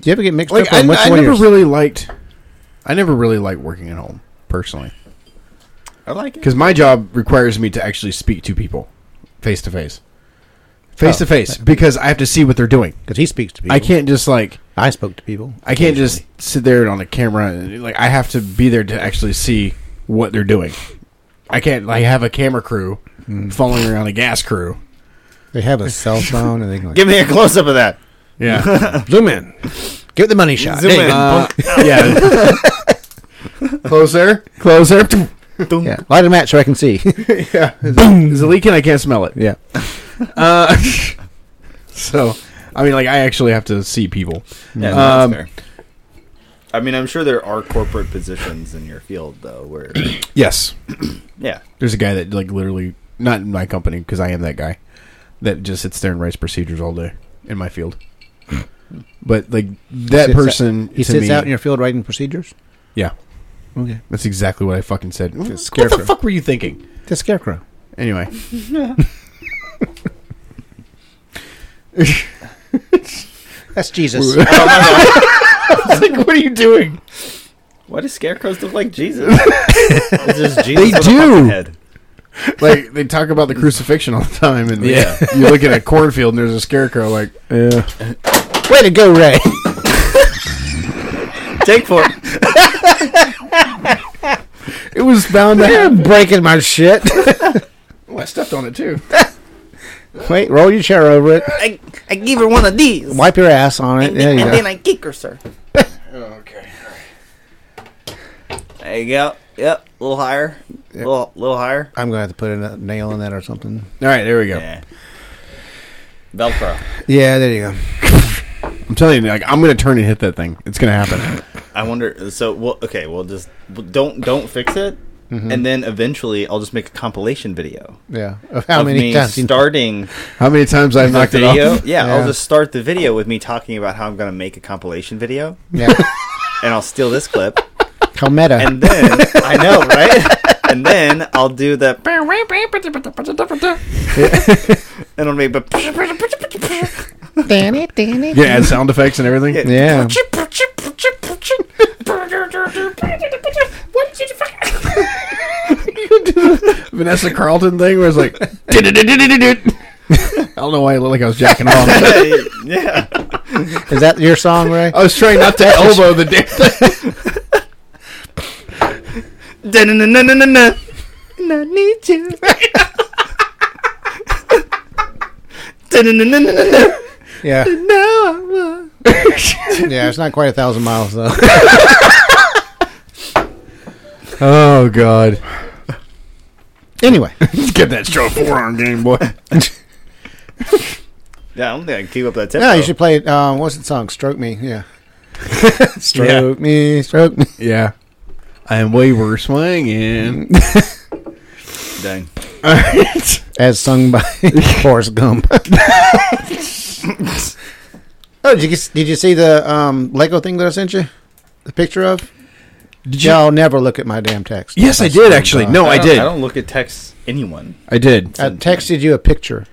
Do you ever get mixed
Like
up
I,
on which
I
one
never
you're?
really liked. I never really liked working at home personally
I like it.
because my job requires me to actually speak to people face to face, face to face because I have to see what they're doing.
Because he speaks to people.
I can't just like
I spoke to people.
I can't just sit there on a camera and like I have to be there to actually see what they're doing. I can't like have a camera crew following around a gas crew.
They have a cell phone and they can like,
Give me a close up of that.
Yeah,
zoom in. Give the money shot.
Zoom
There you
in.
go.
uh, yeah. Closer, closer.
Dunk.
Yeah, light a match so I can see.
yeah, is it, is it leaking? I can't smell it.
yeah,
Uh, so, I mean, like, I actually have to see people.
Yeah, no, that's
Um,
fair. I mean, I'm sure there are corporate positions in your field though, where
Yes,
yeah,
there's a guy that like literally not in my company because I am that guy that just sits there and writes procedures all day in my field. But like that
Sits out-
person,
he
to
sits
me,
out in your field writing procedures.
yeah,
Okay,
that's exactly what I fucking said. What the
scarecrow.
fuck were you thinking?
the scarecrow.
Anyway,
That's Jesus.
It's like, what are you doing?
why do scarecrows look like Jesus? it's just Jesus
They
with a fucking
do.
head.
Like they talk about the crucifixion all the time, and like,
Yeah.
you look at a cornfield and there's a scarecrow. Like, yeah,
Way to go, Ray.
Take four.
it was bound to
You're
happen.
breaking my shit.
Oh, I stepped on it too.
Wait, roll your chair over it.
I, I give her one of these.
Wipe your ass on it. There you go.
and then I kick her, sir.
okay.
There you go. Yep, a little higher. A little, little higher.
I'm gonna have to put a nail in that or something.
All right, there we go.
Yeah. Eh. Velcro.
Yeah, there you go.
I'm telling you, like I'm gonna turn and hit that thing. It's gonna happen.
I wonder. So, well, okay, well, just well, don't don't fix it, and then eventually I'll just make a compilation video
Yeah. Of how
of
many
me
times? you-
starting
How many times I've
the
knocked it
video.
off?
Yeah,
Yeah.
I'll just start the video with me talking about how I'm gonna make a compilation video,
Yeah.
and I'll steal this clip,
How meta.
and then I know, right? And then I'll do the and it'll make the
You gonna add sound effects and everything?
Yeah.
yeah.
What did you fuck?
Vanessa Carlton thing where it's like I don't know why I look like I was jacking off. I
yeah.
Is that your song, Ray?
was trying not to elbow the damn thing.
Da-na-na-na-na-na.
I need you.
Da-na-na-na-na-na.
Yeah.
No.
Yeah. It's not quite a thousand miles though.
Oh god.
anyway.
Get that strong forearm game, boy.
Yeah, I don't think I can keep up that tempo.
Yeah, you should play. Um, what's the song? Stroke me. Yeah. stroke me. Stroke me.
Yeah. And we were swinging.
Dang.
All right.
As sung by Forrest Gump. oh, did you did you see the um, Lego thing that I sent you? The picture of.
Did you?
Y'all never look at my damn text.
Yes, I did actually. No, I
don't- I
did.
don't look at text anyone.
I did.
I texted you a picture.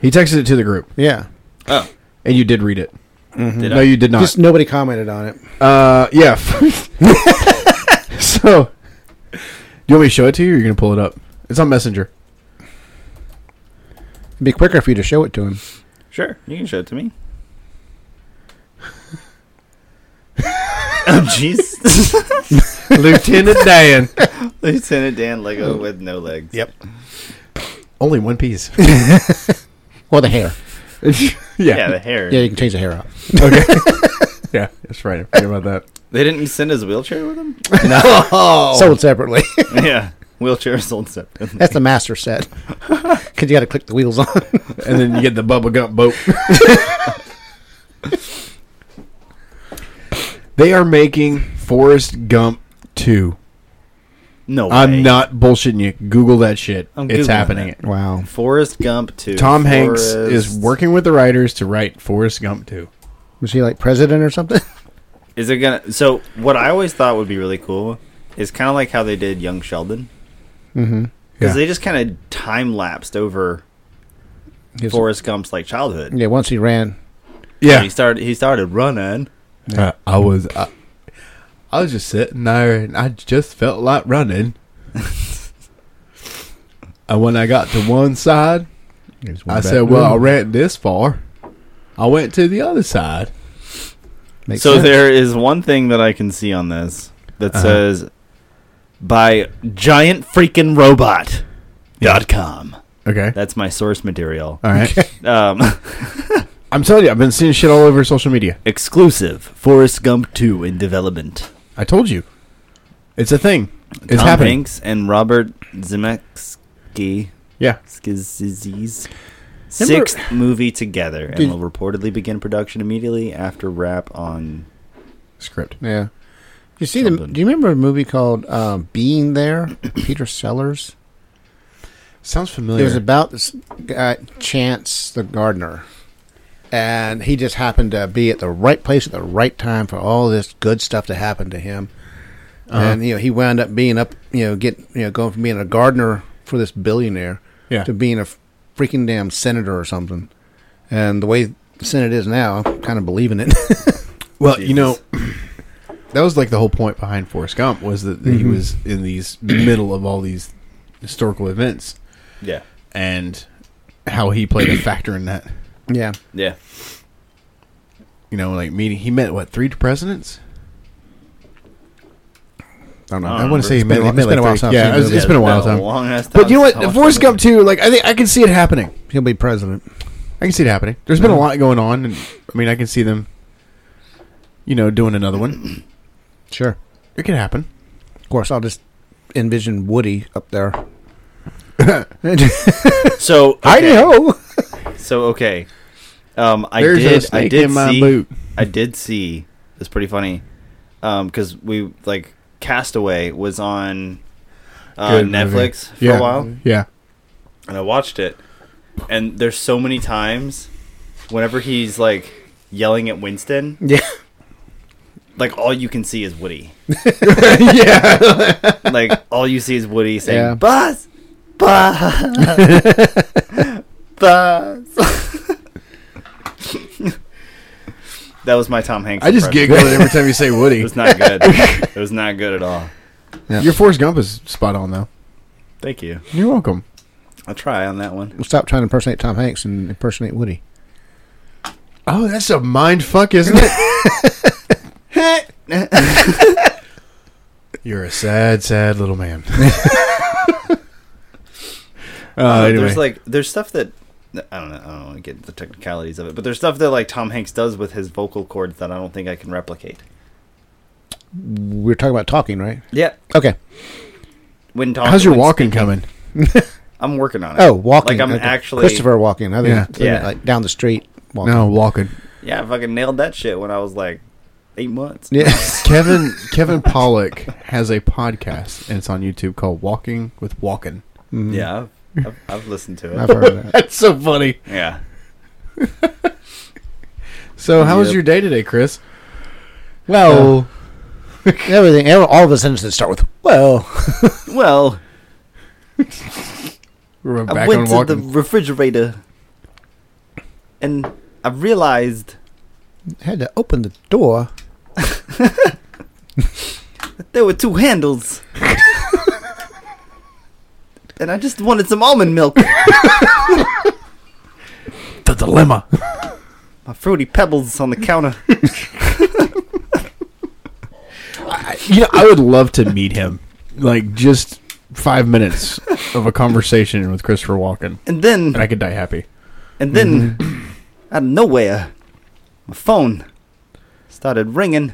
He texted it to the group,
Yeah.
Oh,
and you did read it.
did
No,
I?
you did not.
Just nobody commented on it.
Uh, yeah. so, do you want me to show it to you, or you're gonna pull it up? It's on Messenger.
It'd be quicker for you to show it to him.
Sure, you can show it to me. oh jeez,
Lieutenant Dan.
Lieutenant Dan Lego with no legs. Yep.
Only one piece.
Or the hair.
yeah.
Yeah, the hair.
Yeah, you can change the hair out.
Okay. yeah, that's right. I forget about that.
They didn't send his wheelchair with him.
Sold separately.
yeah, wheelchair sold separate.
That's the master set. Because you got to click the wheels on.
And then you get the Bubba Gump boat. they are making Forrest Gump 2.
No, way.
I'm not bullshitting you. Google that shit.
I'm
it's
Googling
happening.
that.
Wow.
Forrest Gump too.
Tom Hanks is working with the writers to write Forrest Gump 2.
Was he like president or something?
Is it gonna? So what I always thought would be really cool is kind of like how they did Young Sheldon
Mm-hmm.
Yeah.
because they just kind of time lapsed over Forrest Gump's like childhood.
yeah, once he ran.
When he started. He started running.
Uh, I was I, I was just sitting there and I just felt like running. and when I got to one side,
he was
I
one back.
said, "Well, I
Ooh,
ran this far." I went to the other side.
makes
so
sense.
there is one thing that I can see on this that
Uh-huh.
says by giantfreakingrobot.com.
Okay.
That's my source material.
All right.
Um,
I'm telling you, I've been seeing shit all over social media.
exclusive Forrest Gump 2 in development.
I told you. It's a thing. It's
Tom
happening.
Hanks and Robert Zemeckis.
Yeah.
Skizzies.
Remember-
Sixth movie together and
Did-
will reportedly begin production immediately after wrap on.
Script.
Yeah. You see, the,
Something.
do you remember a movie called um, Being There? Peter Sellers.
Sounds familiar.
It was about this guy, Chance the gardener, and he just happened to be at the right place at the right time for all this good stuff to happen to him.
Uh-huh.
And you know, he wound up being up, you know, get you know, going from being a gardener for this billionaire
yeah.
to being a freaking damn senator or something. And the way the Senate is now, I'm kind of believing it.
Well, you know, that was like the whole point behind Forrest Gump was that he was in these middle of all these historical events
Yeah.
and how he played a factor in that.
yeah,
Yeah.
You know, like meeting he met what three presidents?
I don't know.
I
I, want to
remember.
say he
It's been
met,
a-
he
it's
met
been
like
a while
three-
since I've
Yeah,
seen
it was,
the
it's been a while
Been a
time.
long ass
But
time
you know
since I
what?
watched
Forrest
that movie.
Gump too. Like I think I can see it happening.
He'll be president.
I can see it happening. There's
Mm-hmm.
been a lot going on, and I mean, I can see them. You know, doing another one.
Sure.
It could happen.
Of course, I'll just envision Woody up there.
So
I
okay.
know.
So okay, um, I
There's
did.
a snake
I did
in my
see.
boot.
I did see. It's pretty funny, because we like Castaway was on uh,
Good movie.
Netflix for
yeah.
a while,
Yeah.
and I watched it. And there's so many times, whenever he's like yelling at Winston,
Yeah.
like all you can see is Woody.
yeah.
like all you see is Woody saying
Yeah.
"Buzz, buzz, buzz." that was my Tom Hanks.
I just
impression.
giggle every time you say
It
Woody.
was not good. it was not good at all.
Your Forrest Gump is spot on though.
Thank you.
You're welcome.
I'll try on that one.
Stop trying to impersonate Tom Hanks and impersonate Woody.
Oh, that's a mind fuck, isn't it? You're a sad, sad little man. uh,
Uh,
anyway,
There's like there's stuff that I don't know. I don't want to get into the technicalities of it, but there's stuff that like Tom Hanks does with his vocal cords that I don't think I can replicate.
We're talking about talking, right?
Yeah.
Okay.
When Tom,
how's your
when
walking coming?
I'm working on it.
Oh, walking.
Like I'm
Okay.
actually
Christopher walking. I think
Yeah.
I meant, like down the street. Walking.
No, walking.
Yeah, I fucking nailed that shit when I was like eight months.
Yeah.
Kevin Kevin Pollock has a podcast and it's on YouTube called Walking with Walking.
Mhm.
Yeah, I've, I've, I've listened to it.
I've heard of that.
That's so funny.
yeah,
So, how was
Yep.
your day today, Chris?
Well, everything. ev- All of the sentences start with well.
well,
We're
I
back on
went to the
walking.
refrigerator and I realized
Had to open the door.
that there were two handles, and I just wanted some almond milk.
the dilemma.
My fruity pebbles on the counter.
you know, I would love to meet him. Like just five minutes of a conversation with Christopher Walken,
And then,
and I could die happy.
and then,
Mm-hmm.
out of nowhere, my phone started ringing.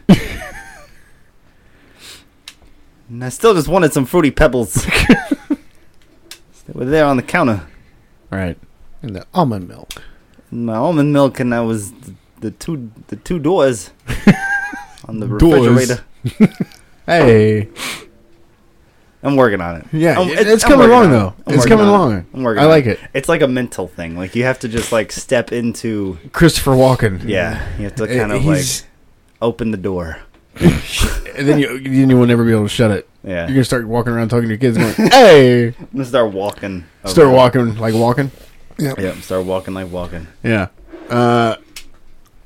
and I still just wanted some fruity pebbles. they were there on the counter.
Right?
And the almond milk.
And my almond milk, and I was the, the two the two doors on the
Doors.
refrigerator.
Hey,
I'm working on it.
yeah,
I'm-
it- it's
I'm
coming along
working on it.
though.
I'm
it's
working
coming
on it.
along.
I'm working
I
on
like it.
It's like a mental thing. Like you have to just like step into.
Christopher Walken.
Yeah, you have to
Eh,
kind of like
he's
open the door.
and then you then you will never be able to shut it.
Yeah.
You're gonna start walking around talking to your kids, going, "Hey!"
I'm gonna start walking.
Start
around.
walking like walking.
Yep. Start walking like walking.
Yeah. Uh,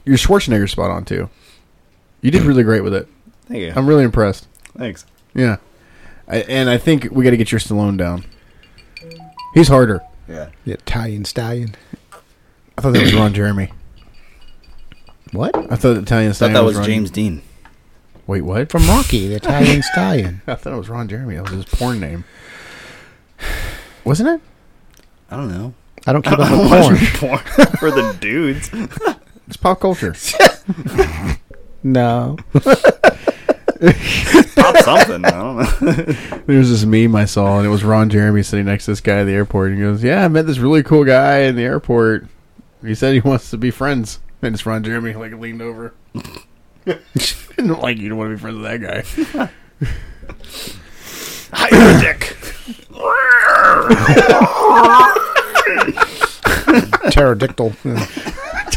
your Schwarzenegger spot on too. You did really great with it.
Thank you.
I'm really impressed.
Thanks.
Yeah. I, and I think we got to get your Stallone down. He's harder.
Yeah.
The Italian stallion.
I thought that was Ron Jeremy.
What?
I thought the Italian
Thought
Stallion
that was
Ron-
James Dean.
Wait, what?
From Rocky, the Italian stallion.
I thought it was Ron Jeremy. That was his porn name. Wasn't it?
I don't know.
I don't
I
keep up
don't
with
watch
porn.
porn for the dudes.
It's pop culture.
No.
Pop something. I don't know.
There's this meme I saw, and it was Ron Jeremy sitting next to this guy at the airport. And he goes, Yeah, I met this really cool guy in the airport. He said he wants to be friends. And it's Ron Jeremy, like, leaned over. and, like, you don't want to be friends with that guy.
Hi, dick.
Pterodactyl.
Watch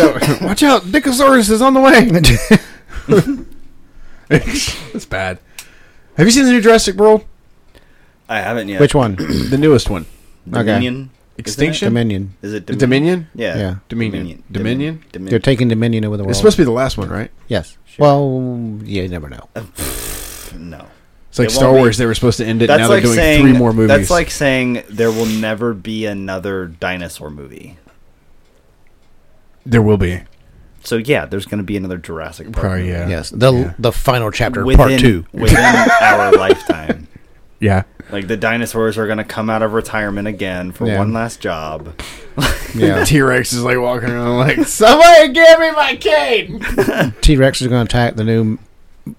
out. Watch out. Dickosaurus is on the way. That's bad. Have you seen the new Jurassic World?
I haven't yet.
Which one?
The newest one.
okay.
Dominion.
Extinction?
Dominion.
Is it Dominion?
Dominion?
Yeah.
Yeah.
Dominion.
Dominion.
Dominion?
They're taking Dominion over the world.
It's supposed to be the last one, right?
Yes. Well, yeah, you never know.
no.
It's like
It
Star
won't be-
Wars. They were supposed to end it.
That's
now
like
they're doing
saying
three more movies.
That's like saying there will never be another dinosaur movie.
there will be.
So yeah, there's going to be another Jurassic Park.
Probably,
movie
yeah.
Yes. The the final chapter,
Within,
part two.
within our lifetime.
Yeah.
Like the dinosaurs are going to come out of retirement again for
Yeah.
one last job.
Yeah.
T Rex is like walking around like, somebody give me my cane.
T Rex is going to attack the new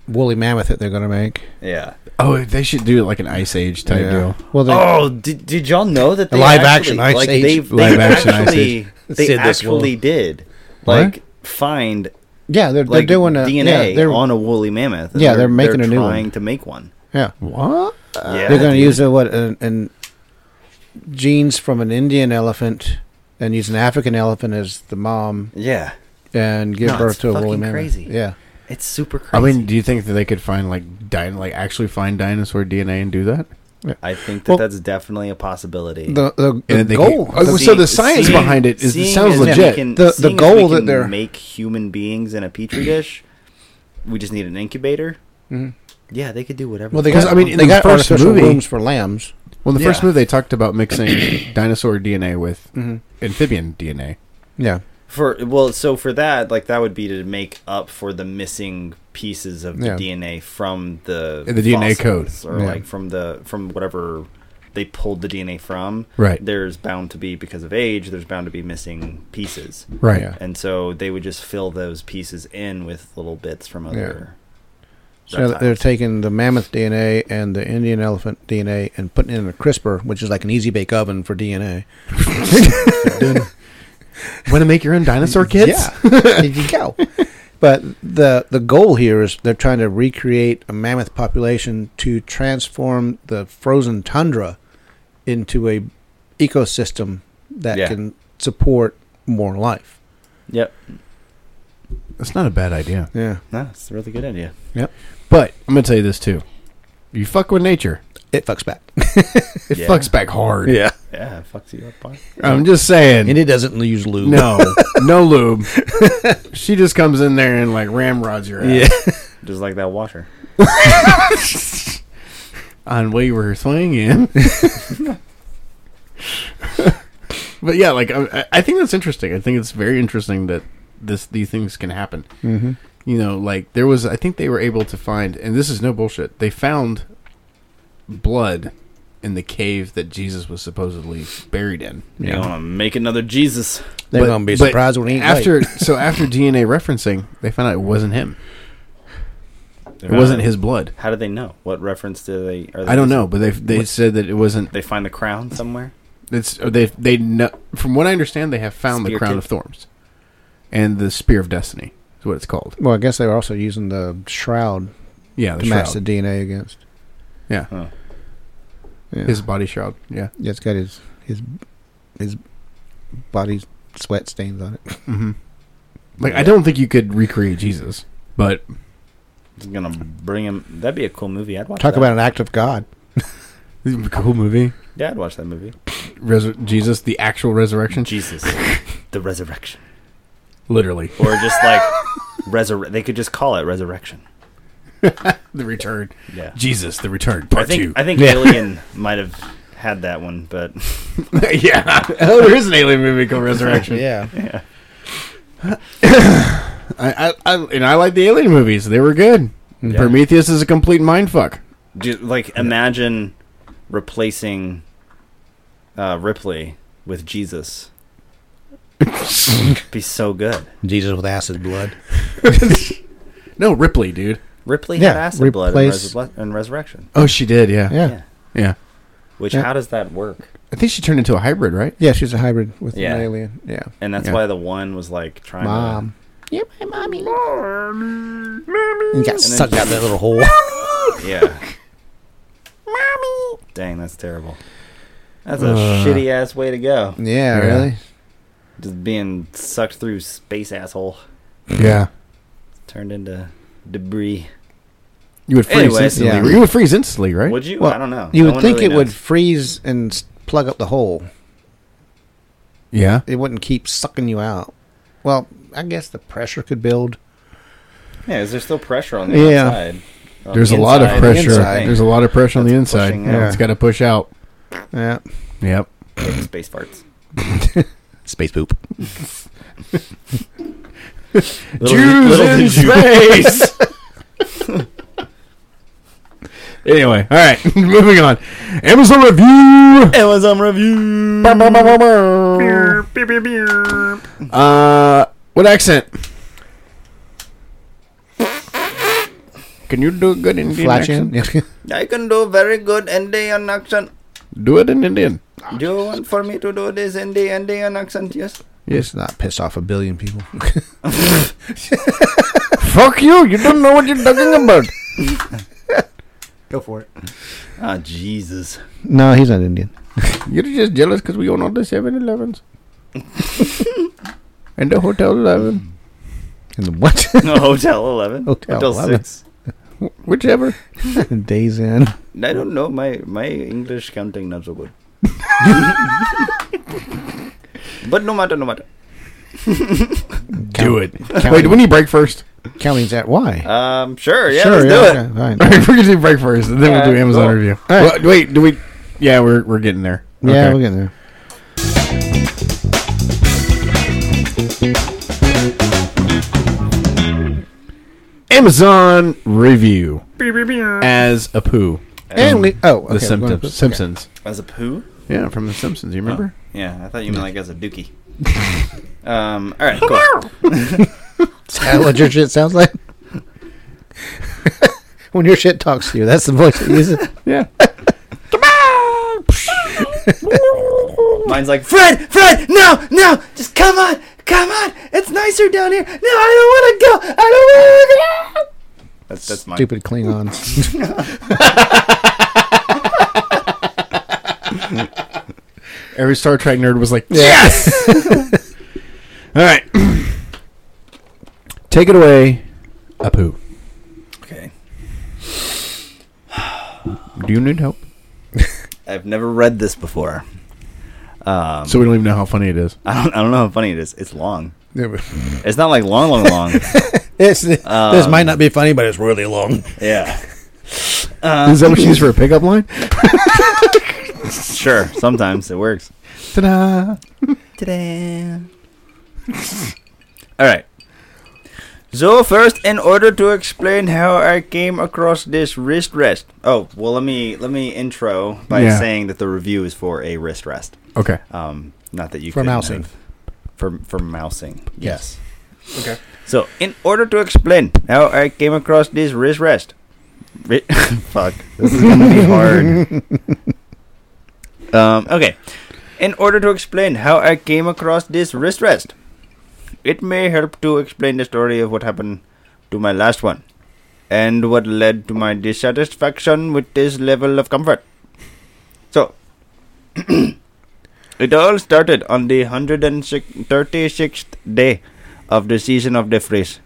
woolly mammoth that they're going to make.
Yeah.
Oh, they should do it like an Ice Age type
Yeah.
deal.
Well, they,
Oh, did, did y'all know that they
Live
actually,
action Ice
like,
Age.
They've, they
Live action Ice
actually, they
Sid this
actually did like find
yeah, they're,
like
they're doing a
DNA
Yeah, they're,
on a woolly mammoth. and
Yeah, they're making a new one.
trying to make one.
yeah.
What?
yeah,
they're going to
dude.
use a, what an, an genes from an Indian elephant and use an African elephant as the mom
Yeah,
and give
No, it's
birth to a woolly
fucking
mammoth.
crazy.
Yeah.
it's super crazy.
I mean, do you think that they could find like din- like actually find dinosaur DNA and do that?
I think that
Well-
that's definitely a possibility.
The the,
And
the
then they
goal.
could- Oh,
the-
so the science behind it is- it
seeing
sounds
as we
legit.
can-
The- the
seeing as
goal
we
that
can
they're-
make human beings in a petri dish. We just need an incubator.
Mm-hmm.
Mhm.
Yeah, they could do whatever.
Well, they
Because,
got,
I mean, in
they
the
got
first
artificial
movie-
rooms for lambs.
Well, in the first
Yeah.
movie they talked about mixing dinosaur DNA with amphibian DNA.
Yeah.
for well, so for that, like that would be to make up for the missing pieces of
Yeah.
the DNA from the
The DNA
fossils or
Yeah.
like from the from whatever they pulled the DNA from.
Right.
There's bound to be because of age. There's bound to be missing pieces.
Right.
Yeah.
and so they would just fill those pieces in with little bits from other.
So
reptiles.
they're taking the mammoth DNA and the Indian elephant DNA and putting it in a CRISPR, which is like an easy bake oven for DNA.
Want to make your own dinosaur kids?
Yeah, there you go. But the the goal here is they're trying to recreate a mammoth population to transform the frozen tundra into a ecosystem that
Yeah.
can support more life.
Yep.
That's not a bad idea.
Yeah,
No, it's a really good idea.
But I'm going to tell you this too. You fuck with nature.
it fucks back.
It
Yeah.
fucks back hard.
Yeah,
Yeah, it fucks you up. boy.
I'm just saying.
and it doesn't use lube.
No, no lube. she just comes in there and like ramrods your ass.
Yeah.
Just like that washer.
on we were swinging. but yeah, like I, I think that's interesting. I think it's very interesting that this these things can happen.
Mm-hmm.
You know, like there was I think they were able to find, and this is no bullshit. They found blood in the cave that Jesus was supposedly buried in.
Yeah. You want to make another Jesus?
They're
But-
gonna be
but
surprised when he ain't
after so after DNA referencing, they found out it wasn't him.
Uh,
It wasn't his blood.
How do they know? What reference do they? Are they
I don't
using?
know, but they they said that it wasn't.
They find the crown somewhere.
It's they they kno- from what I understand, they have found the
Spear
crown
tip.
of thorns, and the spear of destiny is what it's called.
Well, I guess they were also using the shroud
Yeah, the
to match the
shroud.
DNA against.
Yeah.
Huh.
Yeah.
His body shroud. Yeah.
yeah, it's got his his his body's sweat stains on it.
Mm-hmm. Like I don't think you could recreate Jesus, but
I'm gonna bring him. That'd be a cool movie. I'd watch.
Talk
that.
about an act of God.
it'd be a cool movie.
Yeah, I'd watch that movie.
Resur- Jesus, the actual resurrection,
Jesus, the resurrection,
literally
or just like resurre. They could just call it resurrection.
the return.
Yeah.
Jesus, the return,
I
part
think
two.
I think Alien might have had that one, but
yeah. Oh, there is an alien movie called Resurrection.
Yeah.
I, I, I and I like the alien movies. They were good.
Yeah.
Prometheus is a complete mindfuck.
just, like imagine replacing uh, Ripley with Jesus. be so good.
Jesus with acid blood.
No, Ripley, dude.
Ripley had
Yeah,
acid blood in,
replace-
resu- in Resurrection.
Oh, she did. Yeah.
Yeah.
Yeah.
yeah.
Yeah.
Which
Yeah.
how does that work?
I think she turned into a hybrid, right?
she's a hybrid with
Yeah.
an alien. Yeah.
And that's
Yeah.
why the one was like trying
Mom.
You're my mommy.
You got
then
sucked out that little hole.
to Yeah.
Mommy.
Dang, that's terrible. That's a shitty ass way to go.
Uh. yeah, really?
Just being sucked through space asshole.
Yeah.
Turned into debris.
You would freeze
Anyways,
instantly.
yeah.
You would freeze instantly, right?
Would you?
Well,
I don't know.
You
No
would
one
think
really
it would
knows.
freeze and s- plug up the hole.
yeah.
It wouldn't keep sucking you out. Well, I guess the pressure could build.
Yeah, is there still pressure on the
Yeah.
outside? On
There's
the
a lot of
inside?
pressure.
Inside.
There's a lot of pressure on the
That's
inside.
pushing
Yeah.
out.
It's got to push out.
Yeah.
Yep.
Yeah, space farts.
Space poop.
Little, little did you-
space. anyway, all right. Moving on. Amazon review.
Amazon review.
Uh, what accent? Can you do good Indian
Flatch
accent?
in.
I can do very good Indian accent.
Do it in Indian.
Do you want for me to do this in the Indian accent? Yes.
Just not piss off a billion people.
Fuck you! You don't know what you're talking about.
Go for it.
Ah, Jesus.
No, he's not Indian.
You're just jealous because we own all the 7-Elevens and the Hotel Eleven,
And the what?
Hotel 11.
Hotel 11.
6.
whichever.
Days in.
I don't know. My, my English counting not so good. but no matter, no matter.
Do it.
Count-
Wait, we need break first.
Counting's at why?
Um, sure. Yeah, let's do it.
okay, fine.
All right, we're gonna do break first, and then we'll do
Alright,
Amazon
cool.
review.
Alright.
Well, wait, do we? Yeah, we're we're getting there.
Yeah,
Okay.
we'll get there.
Amazon review as a poo.
And we oh okay,
the
we're
Simpsons.
gonna put-
Simpsons.
As a poo?
Yeah, from the Simpsons. You remember?
Yeah, I thought you meant like as a dookie. um, all right, cool.
Is that what your shit sounds like? when your shit talks to you, that's the voice it uses.
Yeah.
Mine's like, Fred, Fred, no, no, just come on, come on, it's nicer down here. No, I don't want to go, I don't want to go. That's that's mine.
Stupid Klingons.
Every Star Trek nerd was like,
yes.
"All right, take it away, Apu.
Okay,
Do you need help?
I've never read this before. Um,
So we don't even know how funny it is.
I don't, I don't know how funny it is. It's long.
it's,
It's not like long, long, long.
this might not be funny, but it's really long.
yeah,
is that what you use for a pickup line?
sure. Sometimes it works.
Ta-da!
Today. All right. So first, in order to explain how I came across this wrist rest. Oh well, let me let me intro by
Yeah.
saying that the review is for a wrist rest.
Okay.
Um, not that you
For
couldn't
mousing.
have- for for mousing.
Yes.
Okay.
So in order to explain how I came across this wrist rest. Ri- Fuck, this is gonna be hard. um, okay. In order to explain how I came across this wrist rest, it may help to explain the story of what happened to my last one and what led to my dissatisfaction with this level of comfort. So, it all started on the 136th day of the season of the freeze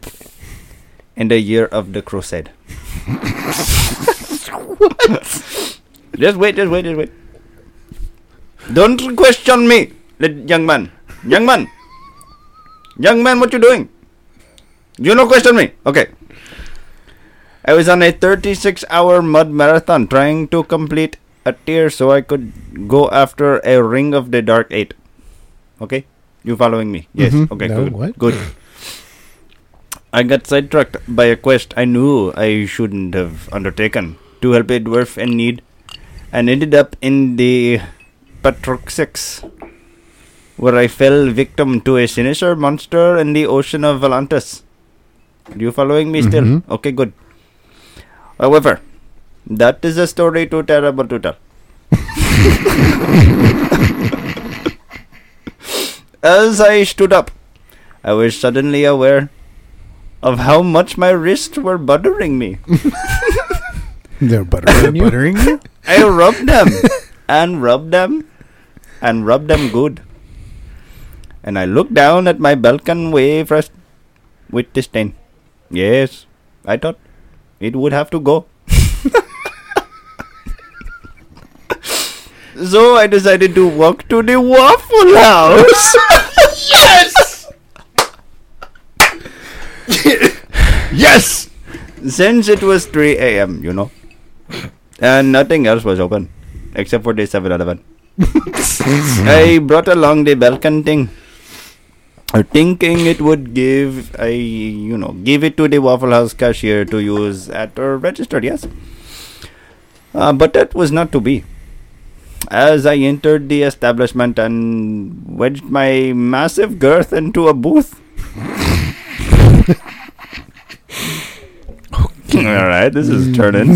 in the year of the crusade. just wait, just wait, just wait. Don't question me, lit- young man. Young man. Young man, what you doing? You no question me. Okay. I was on a 36 hour mud marathon trying to complete a tier so I could go after a ring of the dark eight. Okay? You following me? Yes.
Mhm.
Okay,
Mm-hmm. No,
good.
what?
Good. I got sidetracked by a quest I knew I shouldn't have undertaken to help a dwarf in need and ended up in the Patrick 6 where I fell victim to a sinister monster in the ocean of Valantis. Are you following me still?
Mhm.
Okay, good. However, that is a story too terrible to tell. As I stood up, I was suddenly aware of how much my wrists were buttering me.
They're buttering you.
Buttering you?
I rubbed them and rubbed them and rubbed them good. And I looked down at my Balkan wave rest with disdain. Yes, I thought it would have to go. so I decided to walk to the Waffle House.
yes.
Since it was 3 a.m., you know. And nothing else was open. Except for the 7 Eleven. I brought along the Balkan thing. Thinking it would give I you know, give it to the Waffle House cashier to use at her register, yes. Uh, but that was not to be. As I entered the establishment and wedged my massive girth into a booth. Alright, this is turning.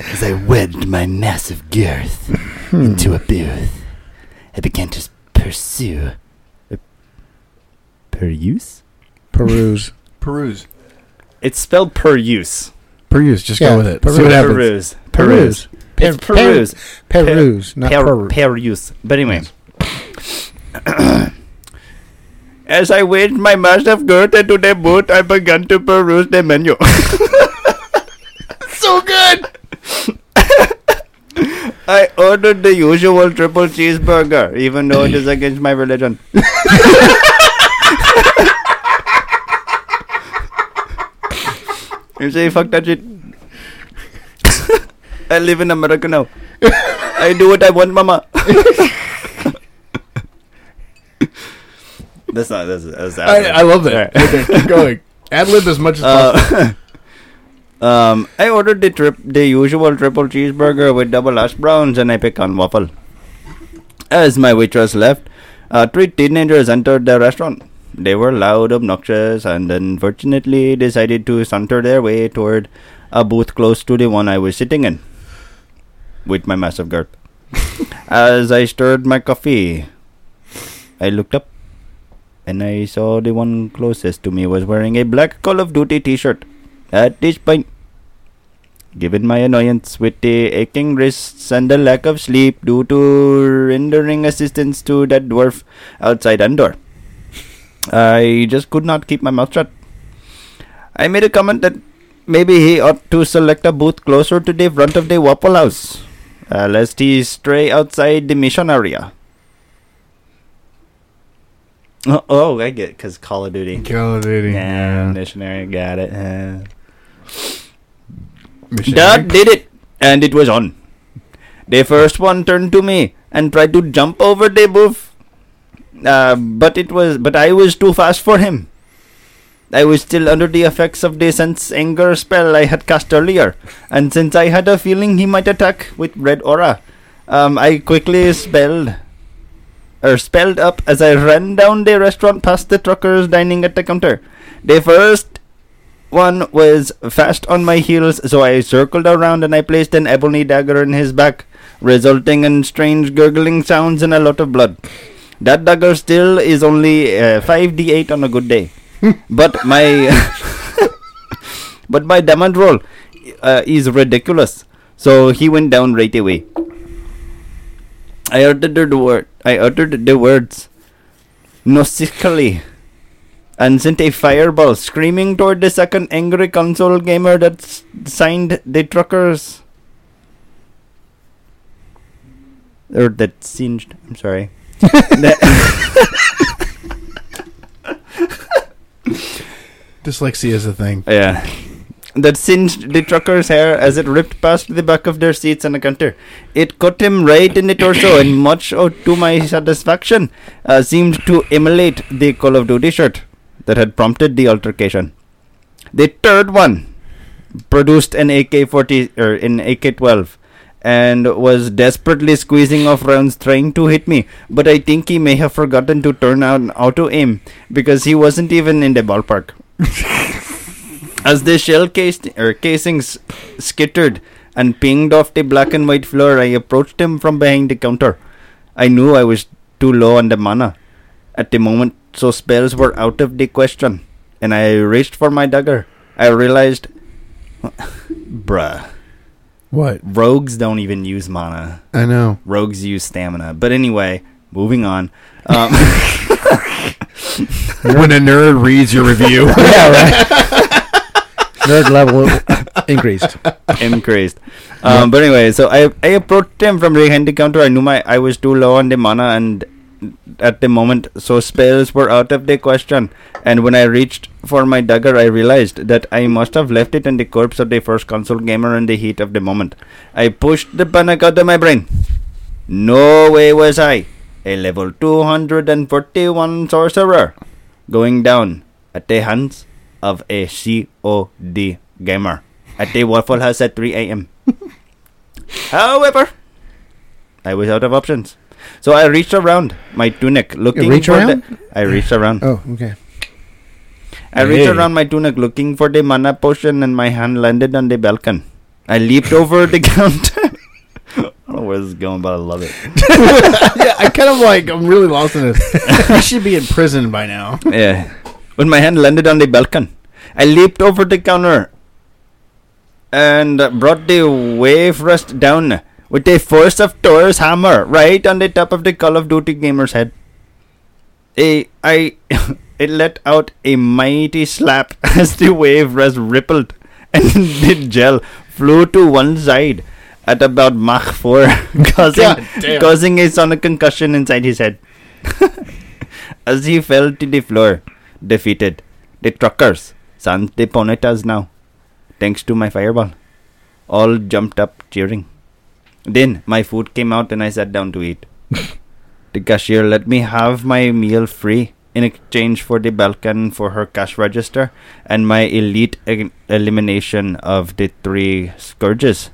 As I wedged my massive girth into a booth, I began to s- pursue. uh, Peruse?
Peruse.
Peruse.
It's spelled peruse.
Peruse. Just
Yeah,
go with it.
peruse.
See what happens.
Peruse. Peruse. It's
Per-
peruse.
Peruse, not
Per-
peru.
peruse. But anyway. As I wedged my massive girth into the boot, I began to peruse the menu. so good! I ordered the usual triple cheeseburger, even though it is against my religion. you say, fuck that shit. I live in America now. I do what I want, mama. that's not, that's, that's
I, I love that. Okay, keep going. Ad lib as much as possible.
uh, um, I ordered the trip, the usual triple cheeseburger with double hash browns and a pecan waffle. As my waitress left, uh, three teenagers entered the restaurant. They were loud, obnoxious, and unfortunately decided to saunter their way toward a booth close to the one I was sitting in with my massive girth. As I stirred my coffee, I looked up and I saw the one closest to me was wearing a black Call of Duty t shirt. At this point, given my annoyance with the aching wrists and the lack of sleep due to rendering assistance to that dwarf outside Endor, I just could not keep my mouth shut. I made a comment that maybe he ought to select a booth closer to the front of the Waffle House, uh, lest he stray outside the mission area. Oh, oh I get because Call of Duty.
Call of Duty.
Yeah,
Yeah.
missionary got it. Uh,
Missionary.
Dad did it, and it was on. The first one turned to me and tried to jump over the booth, uh, but it was but I was too fast for him. I was still under the effects of the sense anger spell I had cast earlier, and since I had a feeling he might attack with red aura, um, I quickly spelled or spelled up as I ran down the restaurant past the truckers dining at the counter. The first one was fast on my heels, so I circled around and I placed an ebony dagger in his back, resulting in strange gurgling sounds and a lot of blood. That dagger still is only uh, 5d8 on a good day. but my but my damage roll uh, is ridiculous. So he went down right away. I uttered the word I uttered the words Nosically. And sent a fireball screaming toward the second angry console gamer that s- signed the truckers. Or that singed. I'm sorry. That-
Dyslexia is a thing.
yeah. That singed the trucker's hair as it ripped past the back of their seats and a counter. It cut him right in the torso, and much oh, to my satisfaction, uh, seemed to emulate the Call of Duty shirt that had prompted the altercation. The third one produced an AK-40 or er, an AK-12 and was desperately squeezing off rounds trying to hit me, but I think he may have forgotten to turn on auto aim because he wasn't even in the ballpark. As the shell cased, er, casings skittered and pinged off the black and white floor, I approached him from behind the counter. I knew I was too low on the mana at the moment, so spells were out of the question, and I reached for my dagger. I realized, bruh,
What?
rogues don't even use mana.
I know.
Rogues use stamina. But anyway, moving on. Um,
when a nerd reads your review.
yeah, right. Nerd level increased.
increased. Um, but anyway, so I I approached him from behind the counter. I knew my I was too low on the mana, and at the moment, so spells were out of the question. And when I reached for my dagger, I realized that I must have left it in the corpse of the first console gamer in the heat of the moment. I pushed the panic out of my brain. No way was I a level 241 sorcerer going down at the hands of a COD gamer at the Waffle House at 3 a.m. However, I was out of options. So I reached around my tunic looking
reach
for
around?
the I reached around.
Oh, okay.
I reached
Hey.
around my tunic looking for the mana potion and my hand landed on the balcony. I leaped over the counter. I don't know where this is going, but I love it.
yeah, I kind of like. I'm really lost in this. you should be in prison by now.
Yeah. When my hand landed on the balcony, I leaped over the counter and brought the wave rust down with the force of Thor's hammer right on the top of the Call of Duty gamer's head. A, I, it let out a mighty slap as the wave rust rippled and the gel flew to one side at about Mach 4, causing, causing a sonic concussion inside his head as he fell to the floor, defeated. The truckers, sans de ponetas now, thanks to my fireball, all jumped up cheering. Then my food came out and I sat down to eat. the cashier let me have my meal free in exchange for the Balkan for her cash register and my elite e- elimination of the three scourges.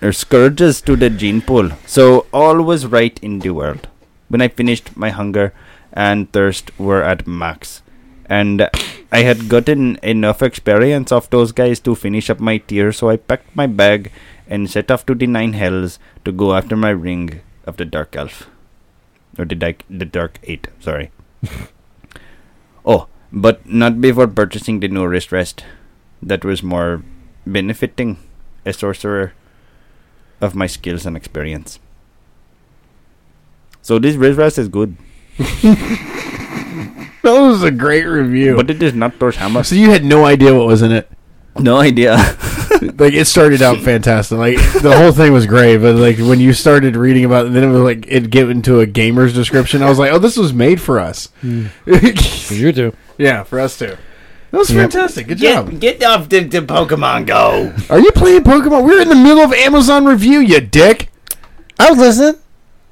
Or scourges to the gene pool. So all was right in the world. When I finished, my hunger and thirst were at max. And I had gotten enough experience of those guys to finish up my tier, so I packed my bag and set off to the Nine Hells to go after my ring of the Dark Elf. Or the, di- the Dark Eight, sorry. oh, but not before purchasing the new wrist rest. That was more benefiting a sorcerer of my skills and experience. So this wrist rest is good,
That was a great review.
but it is not Thor's hammer.
so you had no idea what was in it.
No idea.
Like it started out fantastic. Like the whole thing was great, but like when you started reading about it, then it was like it get into a gamer's description. I was like, oh, this was made for us.
You do.
yeah, for us too. That was fantastic. Good job.
get off the, the Pokemon Go.
Are you playing Pokemon? We're in the middle of Amazon review, you dick.
I was listening.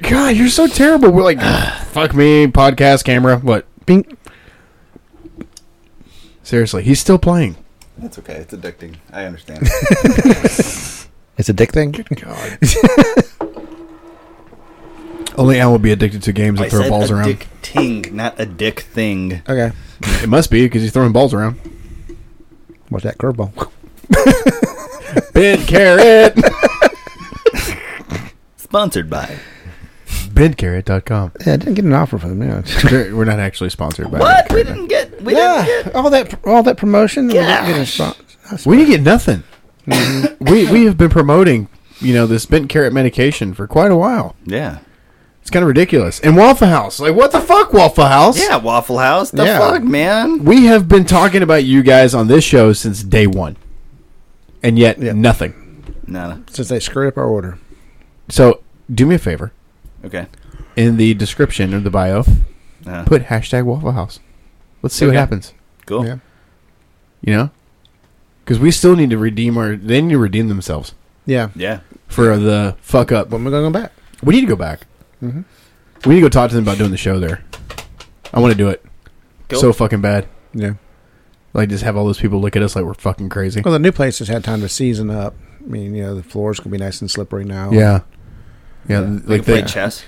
God, you're so terrible. We're like, fuck me, podcast, camera. What?
Bing.
Seriously, he's still playing.
That's okay. It's addicting. I understand.
It's a dick thing.
God. Only Al would be addicted to games that throw balls around.
addicting, not a dick thing.
Okay.
It must be because he's throwing balls around.
Watch that curveball.
Bent carrot.
Sponsored by
Bentcarrot.com.
Yeah, I didn't get an offer from them. Yeah.
We're not actually sponsored by
what? We
Bent Carrot.
didn't get. We didn't
yeah.
get.
All that all that promotion. We didn't get a spot.
We didn't get nothing.
Mm-hmm.
we we have been promoting, you know, this bent carrot medication for quite a while.
Yeah.
It's kind of ridiculous. And Waffle House, like what the fuck, Waffle House?
Yeah, Waffle House. The
Yeah.
fuck, man.
we have been talking about you guys on this show since day one, and yet
Yeah.
nothing.
No.
Since they screwed up our order.
So do me a favor.
Okay.
In the description of the bio,
Uh,
put hashtag Waffle House. Let's see what
Okay.
happens.
cool.
Yeah.
You know, because we still need to redeem our. They need to redeem themselves
Yeah.
Yeah.
for the fuck up.
When we're going to go back.
We need to go back. We need to go talk to them about doing the show there. I want to do it
Cool.
so fucking bad.
Yeah.
Like just have all those people look at us like we're fucking crazy.
Well, the new place has had time to season up. I mean, you know, the floors can be nice and slippery now.
Yeah. Yeah,
we
like
can play
the
chess.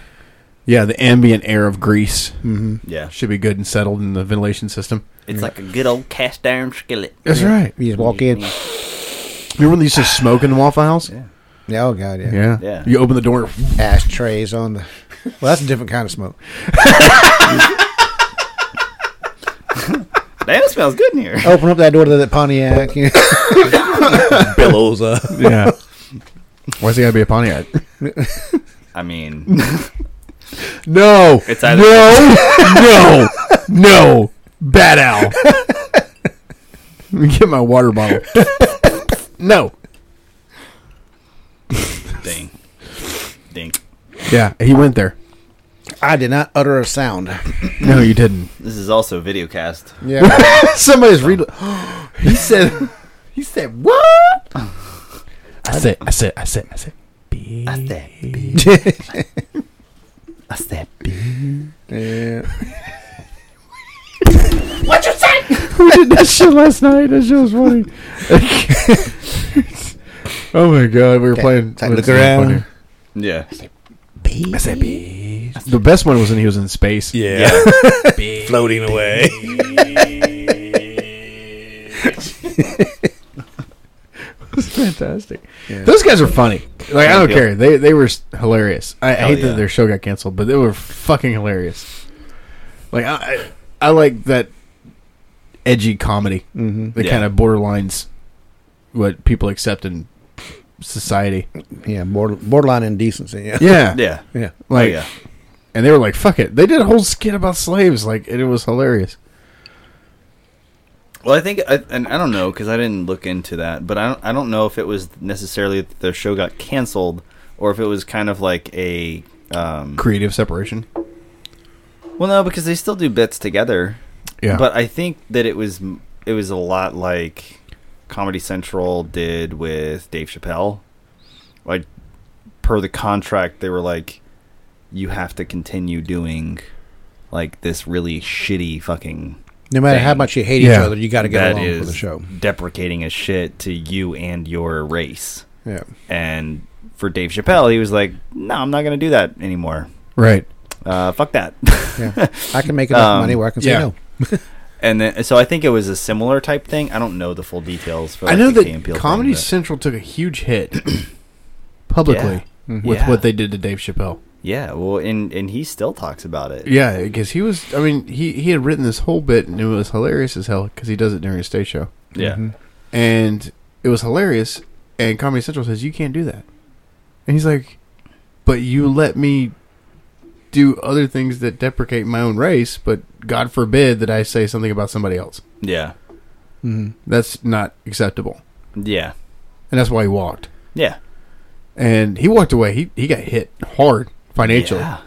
yeah the ambient air of Greece
Yeah.
should be good and settled in the ventilation system.
It's like a good old cast iron skillet.
That's right.
You just walk in.
Remember when they used to smoke in the Waffle House? Yeah.
Yeah, oh, God, yeah.
yeah,
Yeah.
You open the door.
Ashtrays on the. Well, that's a different kind of smoke.
Damn, it smells good in here.
Open up that door to the Pontiac. you know.
Billows up.
Yeah. Why's it gotta be a Pontiac?
I mean,
No.
It's either-
no. no. No. Bad owl. Let me get my water bottle. no.
ding, ding.
Yeah, he went there.
I did not utter a sound.
No, you didn't.
This is also video cast.
Yeah.
Somebody's read. he said. He said what? I said. I said. I said. I said.
That's that. That's that.
yeah.
Who did that shit last night? That shit was funny. oh my god, we were playing.
take a look around.
Yeah.
I said. "Bees." The best one was when he was in space.
Yeah. Floating away.
It's fantastic. Those guys are funny. Like I don't
Yeah.
care. They they were s- hilarious. I, I
Hell
hate
yeah.
that their show got canceled, but they were fucking hilarious. Like I I, I like that edgy comedy
Mm-hmm.
that
Yeah.
kind of borderlines what people accept in society.
Yeah, border, borderline indecency. Yeah.
Yeah,
Yeah.
Yeah.
Oh,
Like
yeah.
and they were like, "Fuck it." They did a whole skit about slaves, like and it was hilarious.
Well, I think, I, and I don't know because I didn't look into that, but I don't, I don't know if it was necessarily that the show got canceled or if it was kind of like a. Um,
Creative separation.
well, no, because they still do bits together.
Yeah,
But I think that it was it was a lot like Comedy Central did with Dave Chappelle. Like per the contract, they were like, "You have to continue doing like this really shitty fucking
No matter how
Dang.
much you hate each
Yeah.
other, you got to get
that
along
is
with the show.
deprecating as shit to you and your race."
Yeah.
And for Dave Chappelle, he was like, "No, I'm not going to do that anymore.
right.
Uh, fuck that."
Yeah. I can make enough
Um,
money where I can
yeah.
say no.
and then, so I think it was a similar type thing. I don't know the full details. For,
I
like,
know
the Key and Peele
that
thing,
Comedy
but-
Central took a huge hit publicly with
Yeah.
what they did to Dave Chappelle.
Yeah, well, and and he still talks about it.
Yeah, because he was. I mean, he he had written this whole bit, and it was hilarious as hell because he does it during a stage show,
yeah,
Mm-hmm.
and it was hilarious. And Comedy Central says you can't do that, and he's like, "But you let me do other things that deprecate my own race, but God forbid that I say something about somebody else.
yeah,
Mm-hmm.
That's not acceptable."
yeah,
And that's why he walked.
yeah.
And he walked away. He he got hit hard financially.
yeah.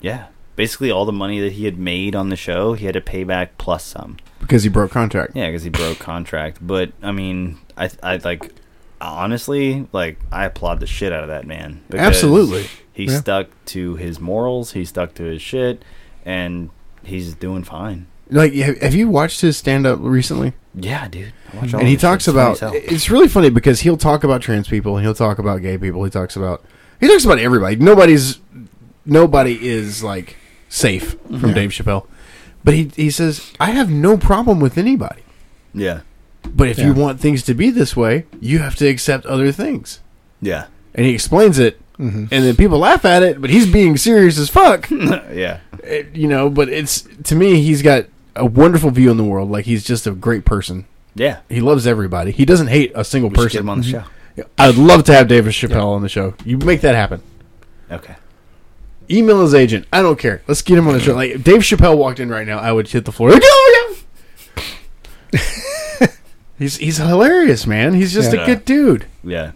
Yeah. Basically, all the money that he had made on the show, he had to pay back plus some.
because he broke contract.
Yeah, because he broke contract. But I mean, I I like honestly, like I applaud the shit out of that man. because
Absolutely.
he
Yeah.
stuck to his morals. He stuck to his shit, and he's doing fine.
Like, have have you watched his stand up recently?
Yeah, dude. I watch all
and he
his shit.
talks
It's funny
about
as hell.
it's really funny because he'll talk about trans people he'll talk about gay people he talks about he talks about everybody nobody's nobody is like safe from dave chappelle but he, he says i have no problem with anybody
yeah,
but if
Yeah.
you want things to be this way you have to accept other things
yeah,
and he explains it
Mm-hmm.
and then people laugh at it but he's being serious as fuck
yeah,
it- you know but it's to me he's got a wonderful view in the world like he's just a great person
yeah.
he loves everybody he doesn't hate a single
We should
person
get him on the show.
I'd love to have David Chappelle on the show. You make that happen.
Okay.
Email his agent. I don't care. Let's get him on the show. Like if Dave Chappelle walked in right now, I would hit the floor. Oh, yeah. he's he's hilarious, man. He's just
Yeah.
a good dude.
Yeah.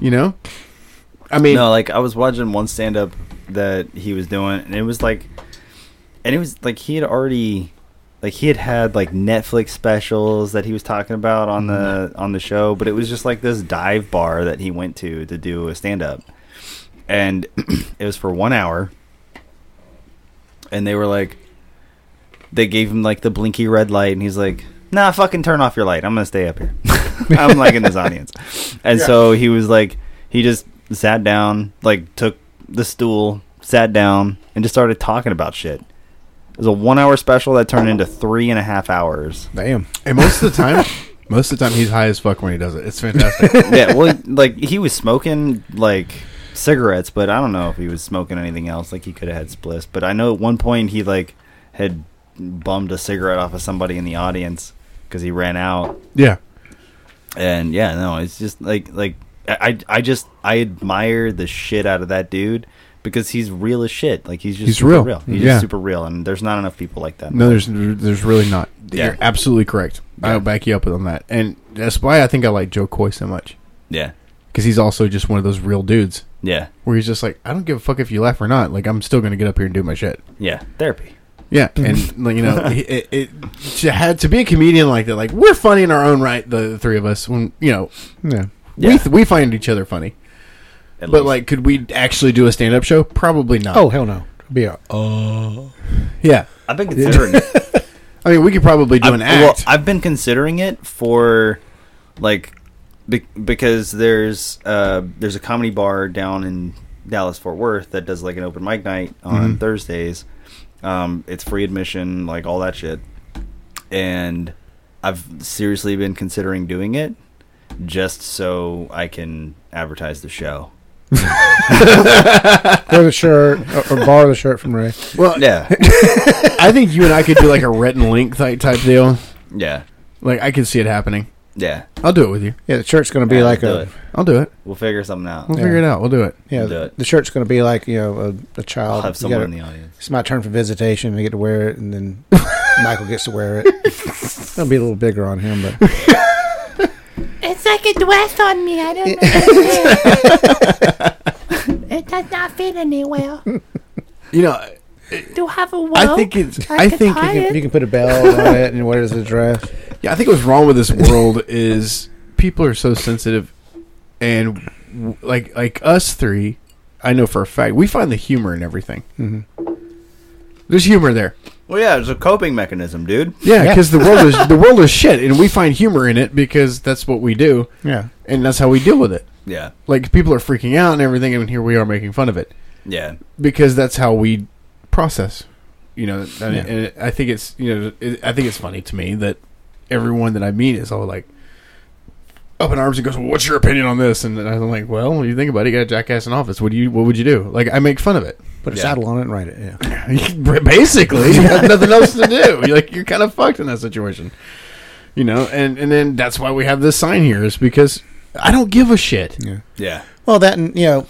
You know. I mean,
No, like I was watching one stand up that he was doing, and it was like, and it was like he had already, like he had had like Netflix specials that he was talking about on the on the show, but it was just like this dive bar that he went to to do a stand up, and it was for one hour, and they were like, they gave him like the blinky red light, and he's like. Nah, fucking turn off your light. I'm gonna stay up here. I'm like in this audience, and so he was like, he just sat down, like took the stool, sat down, and just started talking about shit. It was a one hour special that turned into three and a half hours.
Damn.
and most of the time, most of the time he's high as fuck when he does it. It's fantastic.
yeah, well, like he was smoking like cigarettes, but I don't know if he was smoking anything else. Like he could have had splits, but I know at one point he like had bummed a cigarette off of somebody in the audience because he ran out.
yeah.
and yeah no it's just like like i i I just i admire the shit out of that dude because he's real as shit like he's just
He's
super
real.
he's
Yeah.
just super real and there's not enough people like that
No, there's there's really not.
Yeah.
You're absolutely correct. I'll back you up on that, and that's why I think I like Joe Coy so much
yeah
because he's also just one of those real dudes
yeah
where he's just like, I don't give a fuck if you laugh or not. Like, I'm still gonna get up here and do my shit.
yeah therapy
Yeah, and like, you know, it, it, it to had to be a comedian like that. Like, we're funny in our own right, the, the three of us. When you know,
Yeah.
we
Yeah.
th- we find each other funny,
At
but
least.
like, could we actually do a stand up show? Probably not.
Oh hell no. Be a,
yeah.
i've been considering it
I mean, we could probably do
I've,
an act.
Well, I've been considering it for like be- because there's uh, there's a comedy bar down in Dallas Fort Worth that does like an open mic night on
Mm-hmm.
Thursdays. Um, it's free admission, like all that shit, and I've seriously been considering doing it just so I can advertise the show.
wear the shirt uh, or, or borrow the shirt from Ray.
well,
Yeah,
I think you and I could do like a Rhett and Link type type deal.
yeah,
Like I could see it happening.
yeah.
I'll do it with you.
Yeah, the shirt's going to be
Yeah,
like
do
a Mm-hmm.
it.
I'll do it.
We'll figure something out.
We'll
Yeah.
figure it out. We'll do it.
yeah.
Do it.
The shirt's going to be like you know a, a child.
I'll have
You
someone
gotta-
in the audience.
It's my turn for visitation. I get to wear it, and then Michael gets to wear it. It'll be a little bigger on him, but
It's like a dress on me. I don't know. it does not fit anywhere.
You know,
Do you have a rope?
I think it's. I,
I could
think.
tie
it-
it.
you can put a bell on it and wear it as a dress.
Yeah, I think what's wrong with this world is people are so sensitive, and w- like like us three, I know for a fact we find the humor in everything. There's humor there.
Well, yeah, it's a coping mechanism, dude.
Yeah,
Yeah.
because the world is the world is shit, and we find humor in it because that's what we do,
Yeah,
and that's how we deal with it.
Yeah,
Like people are freaking out and everything, and here we are making fun of it.
yeah.
because that's how we process. You know, I mean, and it- I think it's you know, it, I think it's funny to me that everyone that I meet is all like up in arms and goes, well, "What's your opinion on this?" And then I'm like, "Well, when you think about it, you got a jackass in office. What do you? What would you do?" Like, I make fun of it,
put a
Yeah.
saddle on it and ride it. Yeah,
basically. You have nothing else to do. You're like, you're kind of fucked in that situation. You know, and and then that's why we have this sign here is because I don't give a shit.
yeah.
Yeah.
Well, that and you know,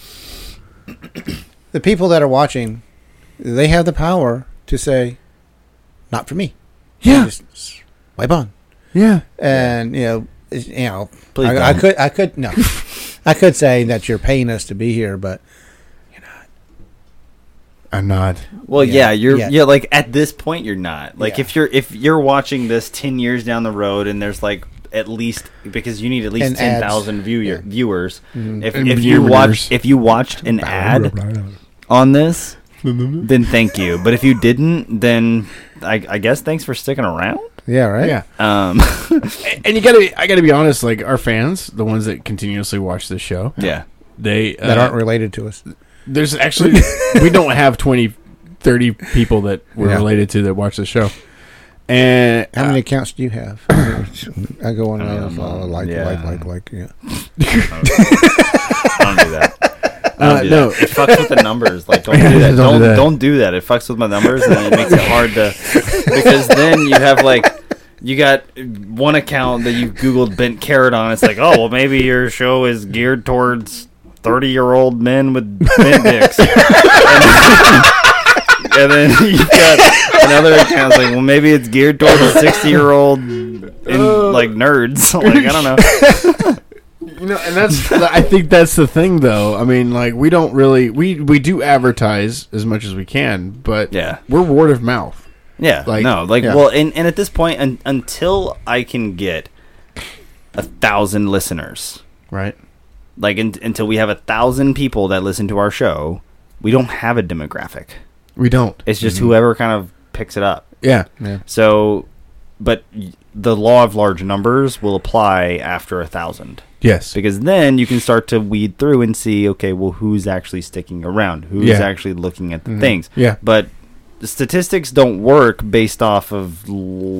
the people that are watching, they have the power to say, "Not for me."
Yeah,
Just swipe on,
yeah.
and you know, it's- you know,
Please
I, I
don't.
could, I could, no, I could say that you're paying us to be here, but
I'm not.
Well, yeah,
Yeah,
you're
yeah.
yeah. like at this point you're not. Like
Yeah.
if you're if you're watching this 10 years down the road and there's like at least because you need at least
And ads.
10,000 view-
Yeah. Mm-hmm.
viewers. If,
And
if you watch
viewers.
if you watched an ad on this, then thank you. But if you didn't, then I, I guess thanks for sticking around.
yeah, right,
Yeah.
Um
and you gotta be, I gotta be honest like our fans the ones that continuously watch this show
yeah.
they uh,
that aren't related to us.
there's actually we don't have 20 30 people that we're
Yeah.
related to that watch the show and
How many accounts do you have? I go on and
Um,
on, follow, like,
yeah.
like, like, like, yeah.
I don't do that. I don't
Uh,
do
no.
that. It fucks with the numbers. Like don't do
Don't do
that. Don't
that.
don't do that. It fucks with my numbers and then it makes it hard to because then you have like you got one account that you googled bent carrot on. It's like, "Oh, well maybe your show is geared towards thirty year old men with big dicks. and, and then you've got another account it's like, well, maybe it's geared towards sixty year old
Oh.
in like nerds. like I don't know.
You know, and that's I think that's the thing though. I mean, like we don't really we we do advertise as much as we can, but
Yeah.
we're word of mouth.
Yeah.
Like-
no, like,
yeah.
well, and, and at this point, un- until I can get a thousand listeners,
Right.
like un- until we have a thousand people that listen to our show, we don't have a demographic.
We don't.
It's just whoever kind of picks it up.
Yeah.
So, but y- the law of large numbers will apply after a thousand
Yes.
because then you can start to weed through and see, okay, well, who's actually sticking around? Who's
Yeah. Mm-hmm.
actually looking at the things?
Yeah.
but statistics don't work based off of l-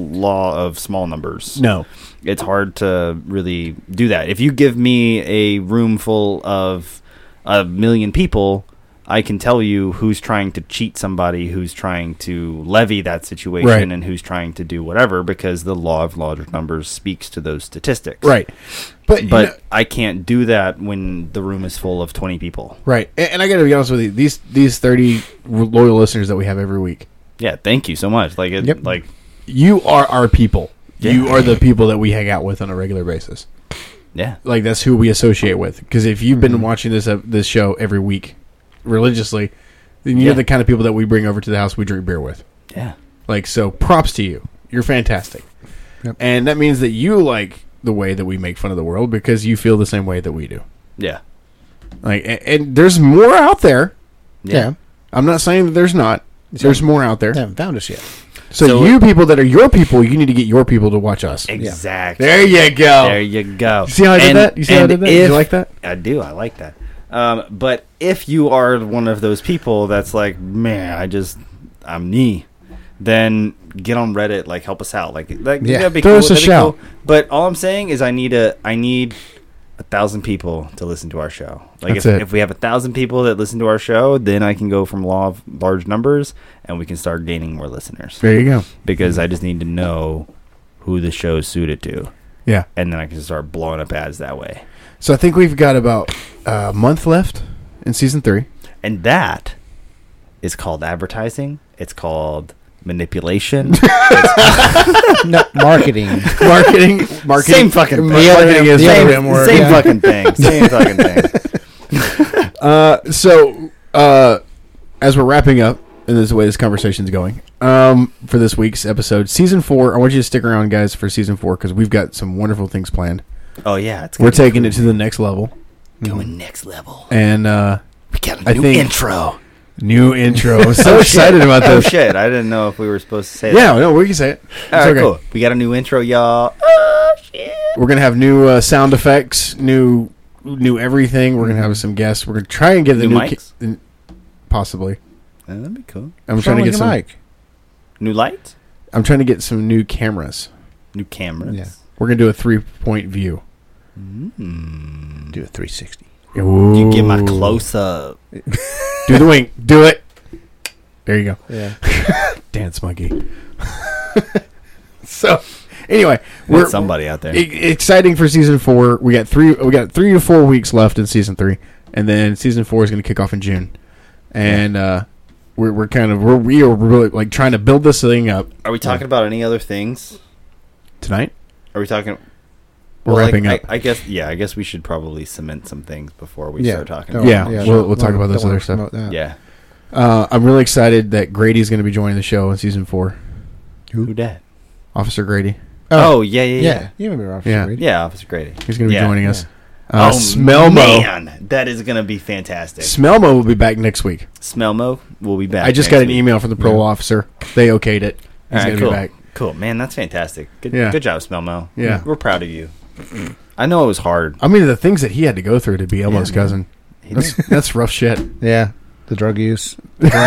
law of small numbers.
No.
It's hard to really do that. If you give me a room full of a million people, I can tell you who's trying to cheat somebody, who's trying to levy that situation,
Right.
and who's trying to do whatever because the law of large numbers speaks to those statistics.
Right. But you
But
know-
I can't do that when the room is full of 20 people.
right. And, and I got to be honest with you. These these 30 loyal listeners that we have every week.
Yeah, thank you so much. Like it,
Yep.
like
You are our people. You are the people that we hang out with on a regular basis.
yeah.
Like that's who we associate with. Because if you've
Mm-hmm.
been watching this uh, this show every week religiously, then you're
Yeah.
the kind of people that we bring over to the house we drink beer with.
Yeah.
Like so, props to you. You're fantastic,
Yep.
and that means that you like the way that we make fun of the world because you feel the same way that we do.
Yeah.
Like, and, and there's more out there.
Yeah.
I'm not saying that there's not. There's more out there.
They haven't found us yet.
So,
So-
you people that are your people, you need to get your people to watch us.
Exactly.
There you go.
There you go.
You see how I did that? You see how I
and
did that? Did you
if-
like that?
I do. I like that. Um, but if you are one of those people that's like, man, I just, I'm knee, then get on Reddit. Like, help us out. Like, like
Yeah.
that'd be
Throw
cool.
us a
that'd be
shout.
cool. But all I'm saying is, I need a, I need a thousand people to listen to our show. Like,
That's
if,
it.
if we have a thousand people that listen to our show, then I can go from law of large numbers, and we can start gaining more listeners
There you go.
because I just need to know who the show's suited to,
Yeah.
and then I can start blowing up ads that way.
So I think we've got about a month left in season three.
And that is called advertising. It's called manipulation.
No, marketing.
Marketing, marketing,
Same fucking thing.
marketing is
same,
the damn word.
same
Yeah.
fucking thing. Same fucking thing.
Uh, so uh, as we're wrapping up, and this is the way this conversation's going um, for this week's episode, season four. I want you to stick around, guys, for season four because we've got some wonderful things planned.
Oh yeah, it's
We're taking it to the next level,
going next level.
and uh,
We got a
I
new
think-
intro.
new intro. I'm so excited about
Oh
this.
shit, I didn't know if we were supposed to say
Yeah, no, we can say it.
that. All
It's
right,
okay.
cool. We got a new intro, y'all. Oh shit.
We're gonna have new uh, sound effects, new new everything. We're gonna have some guests. We're gonna try and get the
New
new
mics?
ki- possibly.
Oh, that'd be cool.
I'm trying to get some.
Mike.
New lights,
I'm trying to get some new cameras.
new cameras.
Yeah.
We're gonna do a three point view.
Mm.
Do a 360.
You get my close up.
Do the wink. Do it. There you go.
Yeah.
Dance monkey. so, anyway,
With
we're
somebody out there.
e- exciting for season four. We got three. We got three to four weeks left in season three, and then season four is going to kick off in June. And uh, we're we're kind of we're we are really like trying to build this thing up
Are we talking about any other things?
tonight.
Are we talking?
We're
Well, like,
wrapping up.
I, I guess. Yeah, I guess we should probably cement some things before we
Yeah.
start talking.
Don't-
about
yeah,
yeah,
we'll,
don't-
we'll talk
don't-
about this
don't
other stuff.
wanna promote that.
Yeah.
Uh, I'm really excited that Grady's going to be joining the show in season four.
Who dat?
Officer Grady,
Oh, yeah, yeah, yeah,
Yeah. You remember Officer
Yeah.
Reed.
yeah. Officer Grady.
he's going to be
Yeah.
joining us. Uh,
oh
Smellmo,
man, that is gonna be fantastic.
Smellmo will be back next week.
Smellmo will be back.
I just
next
got an
week.
email from the parole
Yeah.
officer. They okayed it. He's
All right,
going to
cool.
be back.
Cool, man. That's fantastic. Good,
Yeah.
good job, Smellmo.
Yeah.
we're proud of you. I know it was hard.
I mean, the things that he had to go through to be Elmo's
man.
cousin.
He
That's, that's rough shit.
Yeah. The drug use. Drinking.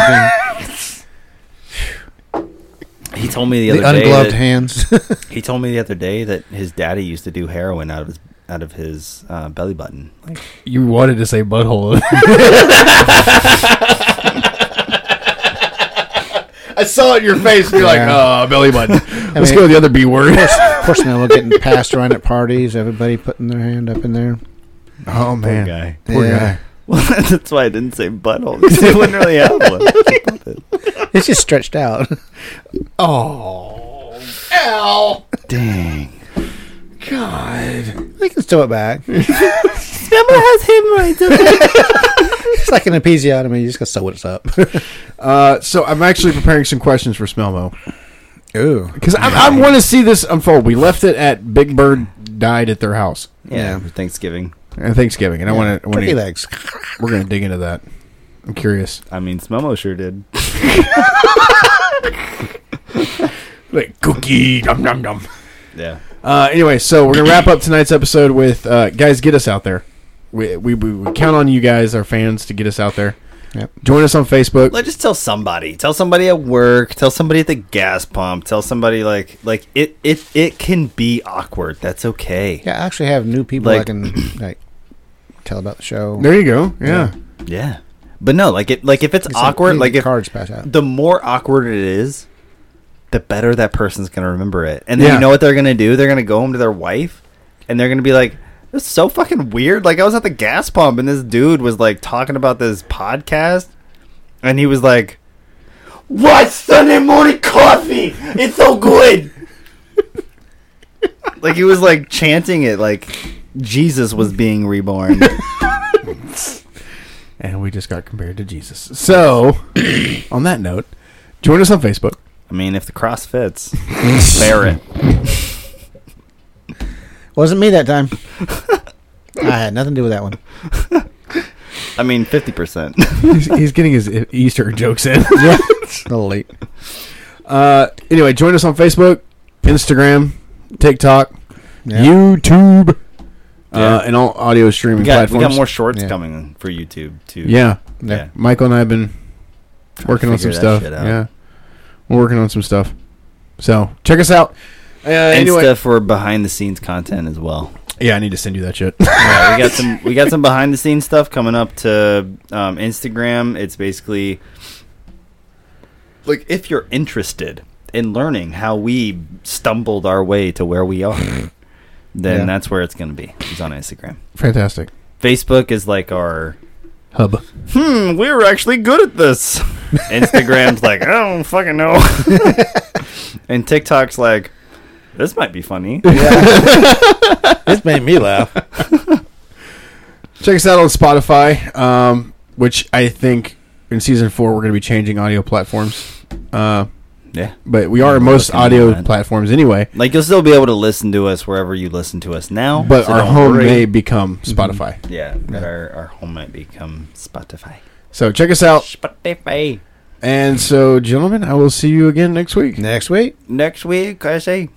He told me the
the
other day.
ungloved
that-
hands.
He told me the other day that his daddy used to do heroin out of his out of his uh, belly button. Like,
You wanted to say butthole. I saw it in your face. You're like,
Yeah.
oh, belly button. Let's
mean-
go with the other B word.
Personnel getting passed around at parties. Everybody putting their hand up in there.
oh, man.
guy.
Poor
Yeah.
guy.
Well, that's why I didn't say butthole. 'cause They wouldn't really have one.
It's just stretched out.
Oh, ow! Dang.
God.
We can throw it back.
Grandma has hemorrhoids.
It's like an episiotomy. You just gotta sew it up.
Uh, so I'm actually preparing some questions for Smellmo
Ooh.
because I, I want to see this unfold. We left it at Big Bird died at their house
Yeah, for Thanksgiving.
and Thanksgiving, and I want to.
Turkey legs.
We're gonna dig into that. I'm curious.
I mean, Smomo sure did.
Like cookie, dum dum dum.
Yeah.
Uh, anyway, so we're gonna wrap up tonight's episode with uh, guys. Get us out there. We, we we we count on you guys, our fans, to get us out there.
Yep.
Join us on Facebook.
Like, just tell somebody. Tell somebody at work. Tell somebody at the gas pump. Tell somebody like like it it it can be awkward. That's okay.
Yeah, I actually have new people I
Like-
can like tell about the show.
there you go. Yeah.
Yeah. But no, like it like if it's
It's
awkward, like
the
if
cards pass out.
the more awkward it is, the better that person's gonna remember it. And then
Yeah.
you know what they're gonna do? They're gonna go home to their wife, and they're gonna be like, "This is so fucking weird." Like I was at the gas pump, and this dude was like talking about this podcast, and he was like, "What Sunday morning coffee? It's so good." like he was like chanting it, like Jesus was being reborn.
And we just got compared to Jesus. So, on that note, join us on Facebook.
I mean, if the cross fits, bear it.
Wasn't me that time. I had nothing to do with that one.
I mean, fifty percent.
He's, he's getting his Easter jokes in.
Yeah, it's a little late.
Uh, anyway, join us on Facebook, Instagram, TikTok,
Yeah.
YouTube,
Yeah.
uh, and all audio streaming
we got, we
platforms.
got more shorts
Yeah.
coming for YouTube too.
yeah,
Yeah.
Yeah.
Michael and I have been
Trying to
working on some
figure that
stuff.
shit out.
Yeah, we're working on some stuff. So check us out. Uh,
And
anyway,
stuff for behind the scenes content as well.
yeah, I need to send you that shit.
Yeah, we got some we got some behind the scenes stuff coming up to um, Instagram. It's basically like if you're interested in learning how we stumbled our way to where we are, then
Yeah.
that's where it's going to be. It's on Instagram.
Fantastic
Facebook is like our
hub.
hmm, we were actually good at this. Instagram's like, I don't fucking know. and TikTok's like, this might be funny.
This made me laugh.
Check us out on Spotify, um, which I think in season four we're going to be changing audio platforms. Uh,
Yeah.
but we are in most
Looking at
audio
that.
platforms anyway.
Like you'll still be able to listen to us wherever you listen to us now.
But
so
our
don't
home
worry. Mm-hmm.
may become Spotify.
Yeah, but our, our home might become Spotify.
So check us out.
Oh. Spotify.
And so, gentlemen, I will see you again next week.
Next week.
Next week, I say.